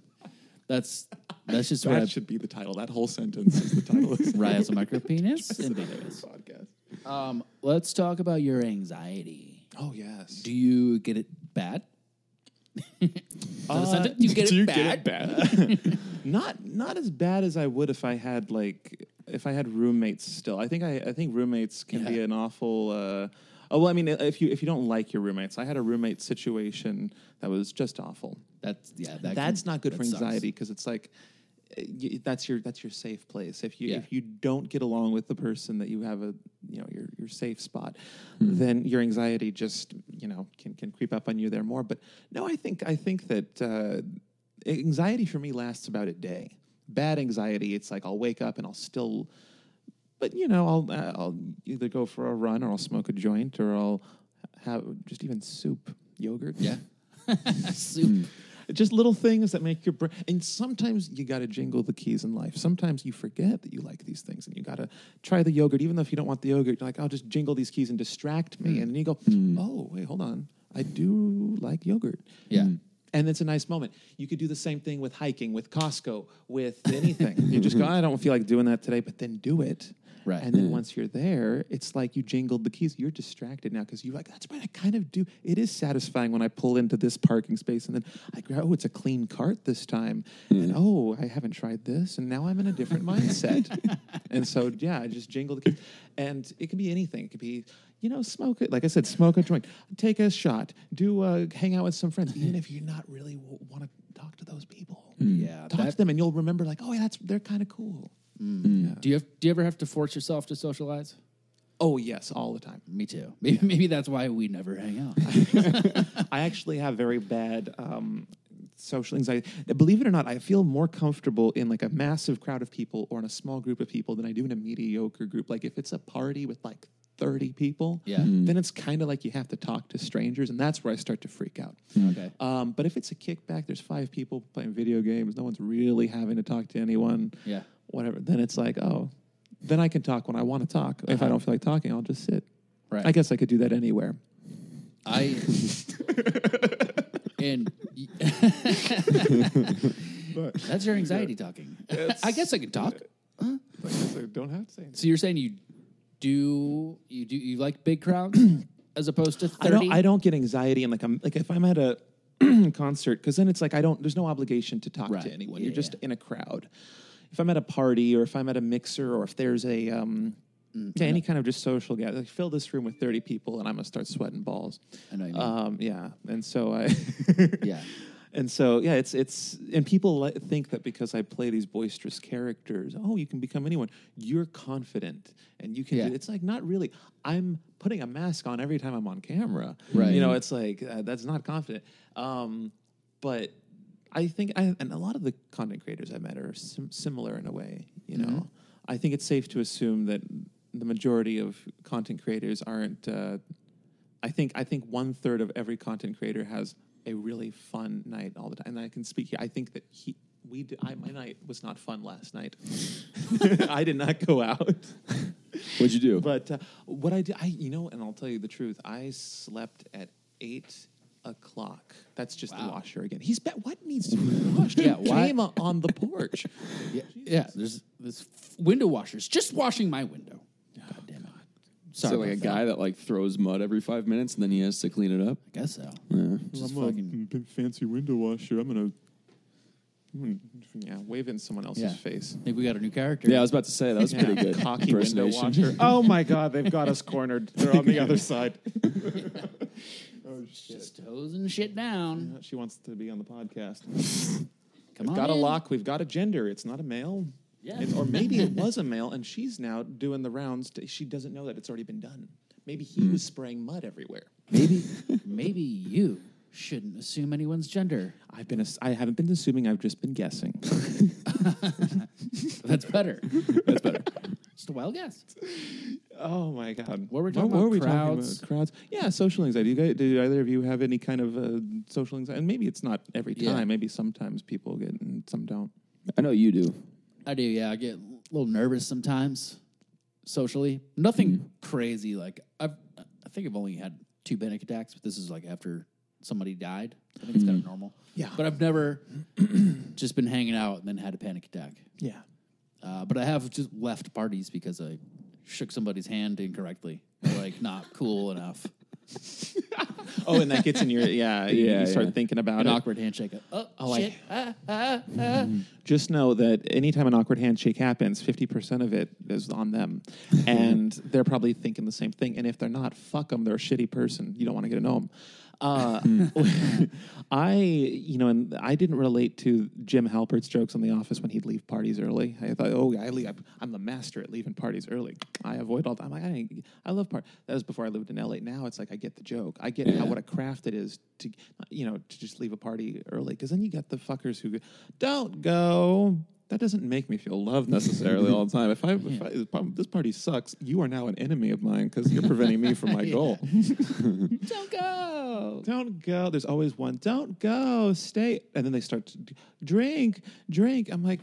[SPEAKER 2] that's that's just what
[SPEAKER 3] That
[SPEAKER 2] I
[SPEAKER 3] should be the title. That whole sentence is the title. of [LAUGHS] this
[SPEAKER 2] Rye has a micro penis. Ambiguous.
[SPEAKER 3] podcast.
[SPEAKER 2] Um, let's talk about your anxiety.
[SPEAKER 3] Oh yes.
[SPEAKER 2] Do you get it bad? [LAUGHS] Is that a sentence? Do you get it
[SPEAKER 4] Do you
[SPEAKER 2] back?
[SPEAKER 4] get it back?
[SPEAKER 3] Not not as bad as I would if I had like if I had roommates still. I think I, I think roommates can be
[SPEAKER 2] Yeah.
[SPEAKER 3] an awful. Uh, oh well, I mean, if you if you don't like your roommates, I had a roommate situation that was just awful.
[SPEAKER 2] That's yeah. That
[SPEAKER 3] that's
[SPEAKER 2] can-
[SPEAKER 3] not good
[SPEAKER 2] that
[SPEAKER 3] for
[SPEAKER 2] sucks.
[SPEAKER 3] anxiety because it's like uh, y- that's your that's your safe place. If you
[SPEAKER 2] Yeah.
[SPEAKER 3] if you don't get along with the person that you have a you know your your safe spot,
[SPEAKER 2] Hmm.
[SPEAKER 3] then your anxiety just you know can can creep up on you there more. But no, I think I think that uh, anxiety for me lasts about a day. Bad anxiety, it's like I'll wake up and I'll still but you know, I'll uh, I'll either go for a run or I'll smoke a joint or I'll have just even soup, yogurt. Mm.
[SPEAKER 2] Yeah. Soup.
[SPEAKER 3] Just little things that make your brain. And sometimes you got to jingle the keys in life. Sometimes you forget that you like these things and you got to try the yogurt, even though if you don't want the yogurt, you're like, I'll just jingle these keys and distract me.
[SPEAKER 2] Mm.
[SPEAKER 3] And then you go, oh, wait, hold on. I do like yogurt. Mm.
[SPEAKER 2] Yeah.
[SPEAKER 3] And it's a nice moment. You could do the same thing with hiking, with Costco, with anything. you just go, I don't feel like doing that today, but then do it.
[SPEAKER 2] Right.
[SPEAKER 3] And then once you're there, it's like you jingled the keys. You're distracted now because you're like, that's what I kind of do. It is satisfying when I pull into this parking space and then I grab, oh, it's a clean cart this time. And oh, I haven't tried this. And now I'm in a different mindset. and so, yeah, I just jingle the keys. And it could be anything. It could be, you know, smoke it. Like I said, smoke a joint, take a shot, do uh, hang out with some friends, even if you're not really w- want to talk to those people.
[SPEAKER 2] Yeah,
[SPEAKER 3] Talk
[SPEAKER 2] Mm. that-
[SPEAKER 3] to them and you'll remember, like, oh, yeah, that's, they're kind of cool.
[SPEAKER 2] Do you have, do you ever have to force yourself to socialize?
[SPEAKER 3] Oh, yes, all the time.
[SPEAKER 2] Me too. Maybe maybe that's why we never hang out.
[SPEAKER 3] I actually have very bad um, social anxiety. Believe it or not, I feel more comfortable in like a massive crowd of people or in a small group of people than I do in a mediocre group. Like if it's a party with like 30 people,
[SPEAKER 2] Yeah. Mm.
[SPEAKER 3] then it's kind of like you have to talk to strangers, and that's where I start to freak out.
[SPEAKER 2] okay.
[SPEAKER 3] Um, but if it's a kickback, there's five people playing video games, no one's really having to talk to anyone,
[SPEAKER 2] Yeah.
[SPEAKER 3] whatever, then it's like, oh, then I can talk when I want to talk. If I don't feel like talking, I'll just sit.
[SPEAKER 2] Uh-huh. Right.
[SPEAKER 3] I guess I could do that [LAUGHS] anywhere. [LAUGHS]
[SPEAKER 2] I and [LAUGHS] that's your anxiety talking. I guess I can talk.
[SPEAKER 3] I don't have to say anything.
[SPEAKER 2] So you're saying you do you do you like big
[SPEAKER 3] [CLEARS THROAT]
[SPEAKER 2] crowds as opposed to
[SPEAKER 3] I
[SPEAKER 2] thirty?
[SPEAKER 3] don't. I don't get anxiety, and like I'm like if I'm at a [CLEARS THROAT] concert, because then it's like I don't. There's no obligation to talk
[SPEAKER 2] Right.
[SPEAKER 3] to anyone.
[SPEAKER 2] Yeah,
[SPEAKER 3] You're just
[SPEAKER 2] yeah.
[SPEAKER 3] in a crowd. If I'm at a party, or if I'm at a mixer, or if there's a um,
[SPEAKER 2] Mm,
[SPEAKER 3] yeah, any kind of just social gathering, like fill this room with 30 people, and I'm gonna start sweating balls.
[SPEAKER 2] I know what you mean.
[SPEAKER 3] Um, yeah, and so I. [LAUGHS]
[SPEAKER 2] yeah.
[SPEAKER 3] And so, yeah, it's it's and people li- think that because I play these boisterous characters, oh, you can become anyone. You're confident, and you can.
[SPEAKER 2] Yeah.
[SPEAKER 3] Do, it's like not really. I'm putting a mask on every time I'm on camera.
[SPEAKER 2] Right.
[SPEAKER 3] You know, it's like uh, that's not confident. Um, but I think, I, and a lot of the content creators I met are sim- similar in a way. You know,
[SPEAKER 2] Mm-hmm.
[SPEAKER 3] I think it's safe to assume that the majority of content creators aren't. Uh, I think I think one third of every content creator has a really fun night all the time. And I can speak. I think that he. We did, I, my night was not fun last night. [LAUGHS] I did not go out.
[SPEAKER 4] What'd you do?
[SPEAKER 3] But uh, what I did, I you know, and I'll tell you the truth. I slept at eight o'clock. That's just the
[SPEAKER 2] Wow.
[SPEAKER 3] washer again. He's bet what needs to be washed?
[SPEAKER 2] Yeah,
[SPEAKER 3] He
[SPEAKER 2] why-
[SPEAKER 3] came o- on
[SPEAKER 2] [LAUGHS]
[SPEAKER 3] the porch.
[SPEAKER 2] Yeah. yeah. There's there's window washers just washing my window. God damn it. Sorry.
[SPEAKER 4] so like a
[SPEAKER 2] about
[SPEAKER 4] guy that like throws mud every five minutes and then he has to clean it up.
[SPEAKER 2] that. I guess so.
[SPEAKER 4] Yeah.
[SPEAKER 2] Just fucking
[SPEAKER 3] fancy window washer. I'm gonna. Yeah, wave in someone else's
[SPEAKER 2] Yeah.
[SPEAKER 3] face.
[SPEAKER 2] I think we got a new character.
[SPEAKER 4] Yeah, I was about to say that was pretty good.
[SPEAKER 3] Cocky window
[SPEAKER 4] impersonation.
[SPEAKER 2] [LAUGHS]
[SPEAKER 3] washer. Oh my god, they've got us cornered. They're on the other side.
[SPEAKER 2] just hosing shit down.
[SPEAKER 3] She wants to be on the podcast.
[SPEAKER 2] Come on.
[SPEAKER 3] Got a
[SPEAKER 2] in.
[SPEAKER 3] lock. We've got a gender. It's not a male.
[SPEAKER 2] Yeah.
[SPEAKER 3] And- or maybe
[SPEAKER 2] [LAUGHS]
[SPEAKER 3] it was a male, and she's now doing the rounds. To, she doesn't know that it's already been done. Maybe he
[SPEAKER 2] Hmm.
[SPEAKER 3] was spraying mud everywhere.
[SPEAKER 2] Maybe maybe you shouldn't assume anyone's gender.
[SPEAKER 3] I've been. ass- I haven't been assuming. I've just
[SPEAKER 2] [LAUGHS]
[SPEAKER 3] been guessing.
[SPEAKER 2] That's better. That's better. [LAUGHS] Just a wild guess.
[SPEAKER 3] oh my god.
[SPEAKER 2] What were we talking about? Crowds?
[SPEAKER 3] Crowds. Yeah, social anxiety. You guys, did either of you have any kind of uh, social anxiety? And maybe it's not every time.
[SPEAKER 2] Yeah.
[SPEAKER 3] Maybe sometimes people get, and some don't.
[SPEAKER 4] I know you do.
[SPEAKER 2] I do, yeah. I get a little nervous sometimes socially. Nothing crazy. Like I've I think I've only had two panic attacks, but this is like after somebody died. I think it's kind of normal.
[SPEAKER 3] Yeah.
[SPEAKER 2] But I've never [CLEARS THROAT] just been hanging out and then had a panic attack.
[SPEAKER 3] Yeah.
[SPEAKER 2] Uh, but I have just [LAUGHS] left parties because I shook somebody's hand incorrectly. Or, Like not cool enough.
[SPEAKER 3] Oh, and that gets [LAUGHS] in your yeah. you-
[SPEAKER 4] Yeah,
[SPEAKER 3] you start
[SPEAKER 4] yeah.
[SPEAKER 3] thinking about
[SPEAKER 2] An
[SPEAKER 3] it.
[SPEAKER 2] awkward handshake. Oh,
[SPEAKER 3] Oh, I-
[SPEAKER 2] shit. Ah, ah, ah.
[SPEAKER 3] just know that anytime an awkward handshake happens, 50% of it is on [LAUGHS] them. and they're probably thinking the same thing. And if they're not, fuck them. They're a shitty person. You don't want to get to know them. Uh, [LAUGHS] I, you know, and I didn't relate to Jim Halpert's jokes on The Office when he'd leave parties early. I thought, oh, I leave, I'm the master at leaving parties early. I avoid all. I'm like, I, ain't- I love part. That was before I lived in LA. Now it's like I get the joke. I get how what a craft it is to, you know, to just leave a party early because then you got the fuckers who go, don't go. That doesn't make me feel loved necessarily all the time. If I, if I this problem- this party sucks, you are now an enemy of mine because you're preventing me [LAUGHS] from my goal.
[SPEAKER 2] Don't go.
[SPEAKER 3] Don't go. There's always one. Don't go. Stay. And then they start to d- drink, drink. I'm like,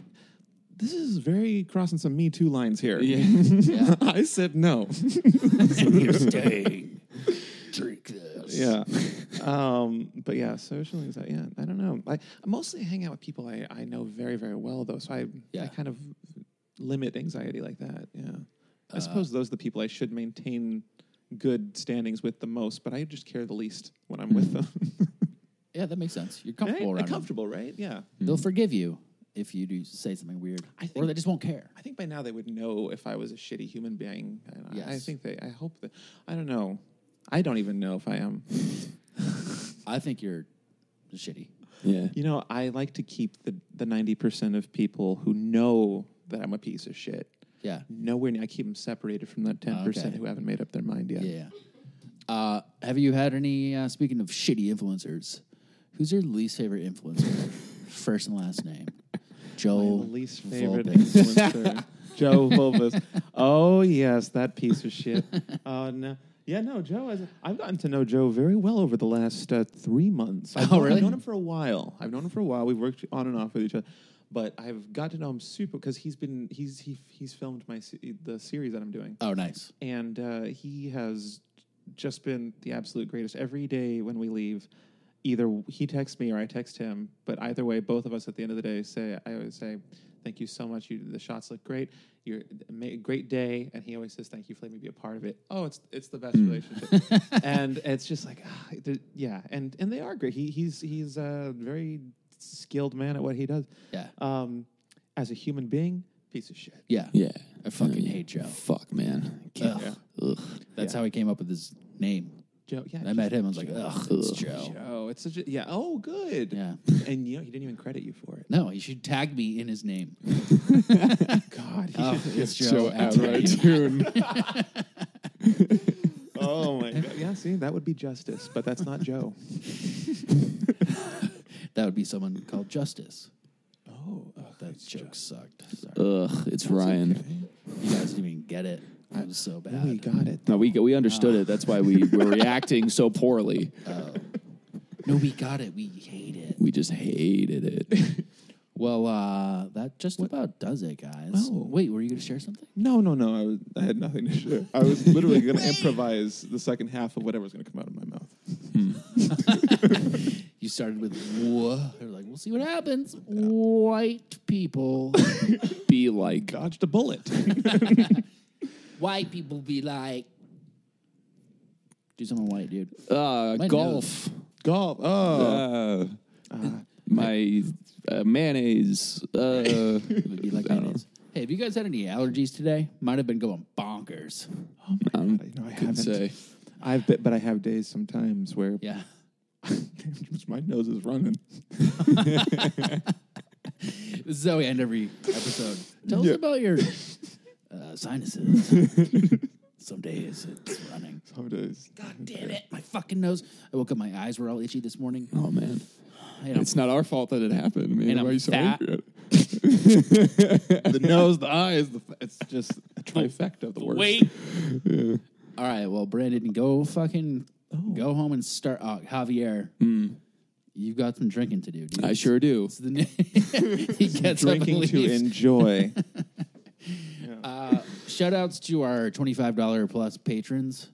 [SPEAKER 3] this is very crossing some Me Too lines here.
[SPEAKER 2] Yeah.
[SPEAKER 3] [LAUGHS] I said no.
[SPEAKER 2] You're staying. Drink this. [LAUGHS]
[SPEAKER 3] yeah. Um, but yeah, social anxiety. Yeah, I don't know. I, I mostly hang out with people I, I know very, very well, though. So I, I
[SPEAKER 2] Yeah.
[SPEAKER 3] kind of limit anxiety like that. Yeah.
[SPEAKER 2] Uh,
[SPEAKER 3] I suppose those are the people I should maintain good standings with the most, but I just care the least when
[SPEAKER 2] [LAUGHS]
[SPEAKER 3] I'm with them.
[SPEAKER 2] Yeah, that makes sense. You're comfortable
[SPEAKER 3] Right?
[SPEAKER 2] around them.
[SPEAKER 3] Comfortable, right? Yeah.
[SPEAKER 2] They'll forgive you if you do say something weird,
[SPEAKER 3] I
[SPEAKER 2] or
[SPEAKER 3] think-
[SPEAKER 2] they just won't care.
[SPEAKER 3] I think by now they would know if I was a shitty human being. And I, I
[SPEAKER 2] Yes.
[SPEAKER 3] think they. I hope that. I don't know. I don't even know if I am.
[SPEAKER 2] I think you're shitty.
[SPEAKER 4] Yeah.
[SPEAKER 3] You know, I like to keep the the ninety percent of people who know that I'm a piece of shit.
[SPEAKER 2] Yeah.
[SPEAKER 3] Nowhere near. I keep them separated from that ten percent
[SPEAKER 2] Okay.
[SPEAKER 3] who haven't made up their mind yet.
[SPEAKER 2] Yeah. Uh, have you had any? Uh, speaking of shitty influencers, who's your least favorite influencer? First and last name.
[SPEAKER 3] My
[SPEAKER 2] Joe.
[SPEAKER 3] least favorite
[SPEAKER 2] Vulpes. [LAUGHS]
[SPEAKER 3] influencer, Joe Vulpes. Oh yes, that piece of shit. Oh no. Yeah, no, Joe. Has, I've gotten to know Joe very well over the last uh, three months. I've,
[SPEAKER 2] Oh,
[SPEAKER 3] known-
[SPEAKER 2] really?
[SPEAKER 3] I've known him for a while. I've known him for a while. We've worked on and off with each other, but I've got to know him super because he's been he's he, he's filmed my se- the series that I'm doing
[SPEAKER 2] Oh, nice.
[SPEAKER 3] and uh, he has just been the absolute greatest. Every day when we leave, either he texts me or I text him. But either way, both of us at the end of the day say, I always say, "Thank you so much. You, the shots look great. You're ma- a great day." And he always says, "Thank you for letting me be a part of it." Oh, it's it's the best
[SPEAKER 2] Hmm. [LAUGHS]
[SPEAKER 3] relationship, and it's just like, ah, the- yeah, and and they are great. He he's he's a very skilled man at what he does.
[SPEAKER 2] Yeah.
[SPEAKER 3] Um, as a human being, piece of shit.
[SPEAKER 2] Yeah.
[SPEAKER 4] Yeah.
[SPEAKER 2] I fucking hate Joe.
[SPEAKER 4] Fuck, man.
[SPEAKER 2] Ugh.
[SPEAKER 3] Yeah.
[SPEAKER 4] Ugh.
[SPEAKER 2] That's
[SPEAKER 3] Yeah.
[SPEAKER 2] how he came up with his name.
[SPEAKER 3] Joe, yeah,
[SPEAKER 2] I
[SPEAKER 3] just-
[SPEAKER 2] met him. I was like, ugh, it's
[SPEAKER 4] Ugh.
[SPEAKER 2] Joe.
[SPEAKER 3] Joe. It's such a yeah. Oh, good.
[SPEAKER 2] Yeah.
[SPEAKER 3] And you know he didn't even credit you for it.
[SPEAKER 2] No, he should tag me in his name.
[SPEAKER 3] God. He
[SPEAKER 2] Oh,
[SPEAKER 3] should-
[SPEAKER 2] it's Joe.
[SPEAKER 4] Joe outright tune.
[SPEAKER 3] oh my God. Yeah. See, that would be justice, but that's not Joe.
[SPEAKER 2] That would be someone called Justice.
[SPEAKER 3] oh,
[SPEAKER 2] That joke sucked. Sorry.
[SPEAKER 4] [LAUGHS] Ugh, it's Ryan.
[SPEAKER 2] You guys didn't even get it. It was so bad.
[SPEAKER 3] we [LAUGHS] got it.
[SPEAKER 4] No, we we understood it. That's why
[SPEAKER 3] [LAUGHS]
[SPEAKER 4] we were reacting so poorly.
[SPEAKER 2] No, we got it. We hate it.
[SPEAKER 4] We just hated it.
[SPEAKER 2] Well, uh, that just about does it, guys.
[SPEAKER 3] Oh.
[SPEAKER 2] Wait, were you going to share something?
[SPEAKER 3] No, no, no. I, was, I had nothing to share. I was literally going to improvise the second half of whatever was going to come out of my mouth.
[SPEAKER 2] Hmm. [LAUGHS] You started with whoa. They're like, we'll see what happens. White
[SPEAKER 3] [LAUGHS]
[SPEAKER 2] people.
[SPEAKER 4] Be like,
[SPEAKER 3] Dodged a bullet.
[SPEAKER 2] white people be like, do something white, dude.
[SPEAKER 4] uh,
[SPEAKER 2] My
[SPEAKER 4] golf.
[SPEAKER 3] Golf. Oh.
[SPEAKER 4] Uh, my uh, mayonnaise.
[SPEAKER 3] [LAUGHS]
[SPEAKER 4] Uh,
[SPEAKER 2] It'd be like
[SPEAKER 4] I don't
[SPEAKER 2] mayonnaise. Hey, have you guys had any allergies today? Mine have been going bonkers.
[SPEAKER 4] um,
[SPEAKER 3] You know, I haven't.
[SPEAKER 4] couldn't say.
[SPEAKER 3] I've been, but I have days sometimes where [LAUGHS]
[SPEAKER 2] Yeah.
[SPEAKER 3] just my nose
[SPEAKER 2] [LAUGHS]
[SPEAKER 3] is running.
[SPEAKER 2] Zoe end every episode. Tell us about your uh, sinuses. Some days it's running.
[SPEAKER 3] Some days.
[SPEAKER 2] God damn it. My fucking nose. I woke up, my eyes were all itchy this morning.
[SPEAKER 4] Oh man,
[SPEAKER 2] You know,
[SPEAKER 4] it's not our fault that it happened. Man,
[SPEAKER 2] And
[SPEAKER 4] why
[SPEAKER 2] I'm
[SPEAKER 4] are you so
[SPEAKER 2] fat.
[SPEAKER 4] angry? at it?
[SPEAKER 3] [LAUGHS] the nose, the eyes, the, it's just a trifecta of the worst.
[SPEAKER 2] Wait. All right. Well, Brandon, go fucking go home and start. Uh, Javier, you've got some drinking to do. Dude.
[SPEAKER 4] I sure do.
[SPEAKER 2] It's the new- [LAUGHS] he gets up and
[SPEAKER 3] drinking to
[SPEAKER 2] leaves.
[SPEAKER 3] [LAUGHS] enjoy.
[SPEAKER 2] Uh, shout outs to our $25 plus patrons.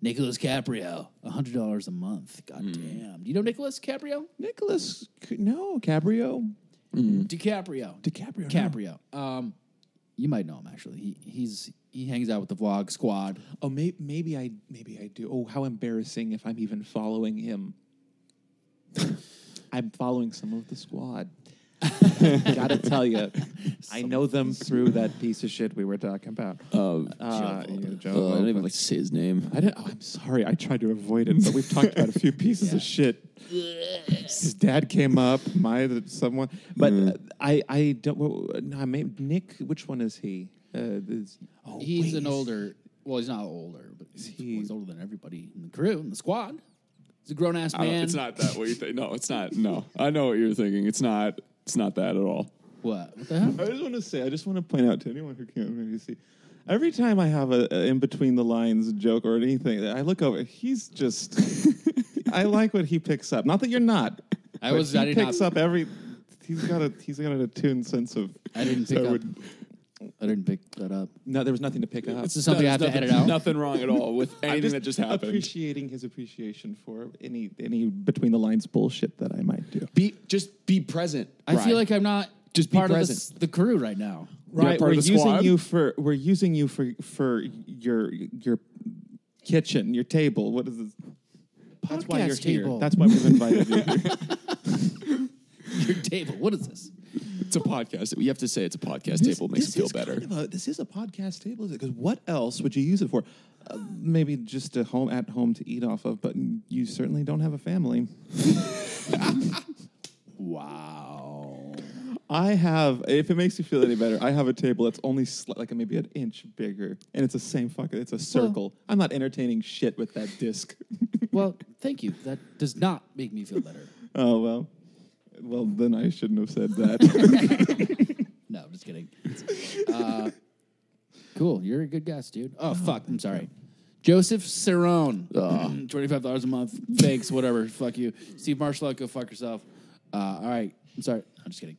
[SPEAKER 2] Nicholas Caprio, $100 a month.
[SPEAKER 3] Hmm.
[SPEAKER 2] God damn. Do you know Nicholas Caprio?
[SPEAKER 3] Nicholas, no, Cabrio, Hmm.
[SPEAKER 2] DiCaprio.
[SPEAKER 3] DiCaprio, no.
[SPEAKER 2] Caprio. Um, You might know him actually. He he's he hangs out with the vlog squad.
[SPEAKER 3] Oh, may- maybe I maybe I do. Oh, how embarrassing if I'm even following [LAUGHS] him. I'm following some of the [LAUGHS] squad. Gotta tell you, I know them through that piece of shit we were talking about.
[SPEAKER 4] Um,
[SPEAKER 3] Uh, yeah, Joe
[SPEAKER 4] uh, I don't even
[SPEAKER 3] Lopez.
[SPEAKER 4] like to say his name.
[SPEAKER 3] I didn't. Oh, I'm sorry. I tried to avoid it, but we've talked about
[SPEAKER 2] [LAUGHS]
[SPEAKER 3] a few pieces of shit. His dad came up. My someone, but
[SPEAKER 4] Mm.
[SPEAKER 3] uh, I I don't. Well, nah, maybe Nick. Which one is he? Uh, is, oh,
[SPEAKER 2] He's
[SPEAKER 3] wait,
[SPEAKER 2] an
[SPEAKER 3] is-
[SPEAKER 2] older. Well, he's not older, but he's,
[SPEAKER 3] he-
[SPEAKER 2] he's older than everybody in the crew in the squad. He's a grown ass
[SPEAKER 4] I don't-
[SPEAKER 2] man.
[SPEAKER 4] It's not that. What you think? No, it's not. No, I know what you're thinking. It's not. It's not that at all.
[SPEAKER 2] What? What the hell?
[SPEAKER 3] I just want to say, I just want to point out to anyone who can't maybe see. Every time I have a, a in between the lines joke or anything, I look over. He's just.
[SPEAKER 4] [LAUGHS]
[SPEAKER 3] I like what he picks up. Not that you're not.
[SPEAKER 2] I
[SPEAKER 3] but
[SPEAKER 2] was-
[SPEAKER 3] He
[SPEAKER 2] I did not-
[SPEAKER 3] picks up every. He's got a. He's got an attuned sense of.
[SPEAKER 2] I didn't
[SPEAKER 3] So
[SPEAKER 2] pick
[SPEAKER 3] I
[SPEAKER 2] up.
[SPEAKER 3] would-
[SPEAKER 2] I didn't pick that up.
[SPEAKER 3] No, there was nothing to pick up.
[SPEAKER 2] This is something I have to
[SPEAKER 4] There's
[SPEAKER 2] edit
[SPEAKER 4] nothing-
[SPEAKER 2] out.
[SPEAKER 4] Nothing wrong at all with anything that just happened.
[SPEAKER 3] Appreciating his appreciation for any any between the lines bullshit that I might do.
[SPEAKER 4] be just be present.
[SPEAKER 2] I
[SPEAKER 4] Ryan.
[SPEAKER 2] feel like I'm not
[SPEAKER 4] Just be
[SPEAKER 2] part of this,
[SPEAKER 4] present.
[SPEAKER 2] the crew right now. [LAUGHS]
[SPEAKER 4] Right, part
[SPEAKER 3] we're
[SPEAKER 4] of the
[SPEAKER 3] using
[SPEAKER 4] squad.
[SPEAKER 3] you for we're using you for for your your kitchen, your table. What is this? That's why
[SPEAKER 2] Podcast
[SPEAKER 3] you're
[SPEAKER 2] table.
[SPEAKER 3] here. That's why we've invited [LAUGHS] you. here.
[SPEAKER 2] Your table. What is this?
[SPEAKER 4] it's a podcast. You have to say it's a podcast table. It makes you feel
[SPEAKER 3] is
[SPEAKER 4] better.
[SPEAKER 3] kind of a- this is a podcast table, is it? Because what else would you use it for? Uh, maybe just a home at home to eat off of, but you certainly don't have a family.
[SPEAKER 2] Wow.
[SPEAKER 3] I have, if it makes you feel any better, I have a table that's only sli- like maybe an inch bigger, and it's the same fucking. It's a circle. I'm not entertaining shit with that disc.
[SPEAKER 2] Well, thank you. That does not make me feel better.
[SPEAKER 3] oh well, well then I shouldn't have said that.
[SPEAKER 2] No, I'm just kidding. Uh, cool. You're a good guest, dude. Oh, fuck. I'm sorry. Joseph Cerrone.
[SPEAKER 4] Oh.
[SPEAKER 2] [CLEARS THROAT] $25 a month. Thanks, whatever. Fuck you. Steve Marshall, go fuck yourself. Uh, all right. I'm sorry. I'm just kidding.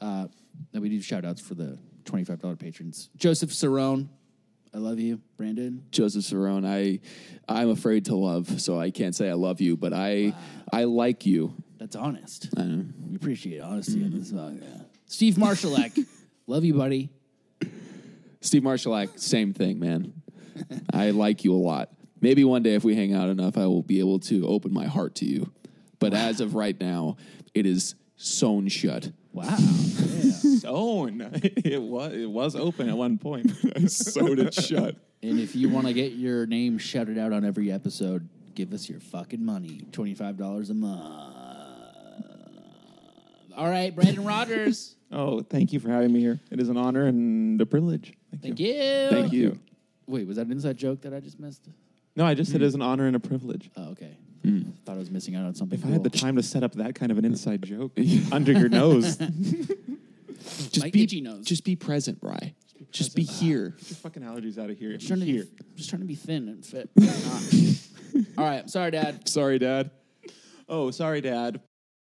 [SPEAKER 2] Uh, now we do shout outs for the $25 patrons. Joseph Cerrone. I love you, Brandon.
[SPEAKER 4] Joseph Cerrone, I I'm afraid to love, so I can't say I love you, but I I like you.
[SPEAKER 2] That's honest. We appreciate honesty on this song. Steve Marshallak. [LAUGHS] love you, buddy.
[SPEAKER 4] Steve Marshallak, same thing, man. I like you a lot. Maybe one day if we hang out enough, I will be able to open my heart to you. But as of right now, it is sewn shut.
[SPEAKER 2] Wow.
[SPEAKER 3] Own. [LAUGHS] It was it was open at one [LAUGHS] point.
[SPEAKER 4] Sewed it shut.
[SPEAKER 2] And if you want to get your name shouted out on every episode, give us your fucking money. $25 a month. All right, Brandon Rogers.
[SPEAKER 3] oh, thank you for having me here. It is an honor and a privilege. Thank,
[SPEAKER 2] Thank
[SPEAKER 3] you.
[SPEAKER 2] you.
[SPEAKER 4] Thank you.
[SPEAKER 2] Wait, was that an inside joke that I just missed?
[SPEAKER 3] No, I just said it is an honor and a privilege.
[SPEAKER 2] Oh, okay. Thought I was missing out on something.
[SPEAKER 3] If I had the time to set up that kind of an inside [LAUGHS] joke under your nose,
[SPEAKER 4] Just
[SPEAKER 2] Mike
[SPEAKER 4] be
[SPEAKER 2] Itchy knows.
[SPEAKER 4] just be present, Rye. Just be, here.
[SPEAKER 3] get your fucking allergies out of here.
[SPEAKER 2] Just trying to
[SPEAKER 3] here.
[SPEAKER 2] be, just trying to be thin
[SPEAKER 3] [LAUGHS]
[SPEAKER 2] and fit. Not. All right. Sorry, Dad.
[SPEAKER 4] Sorry, Dad.
[SPEAKER 3] Oh, sorry, Dad.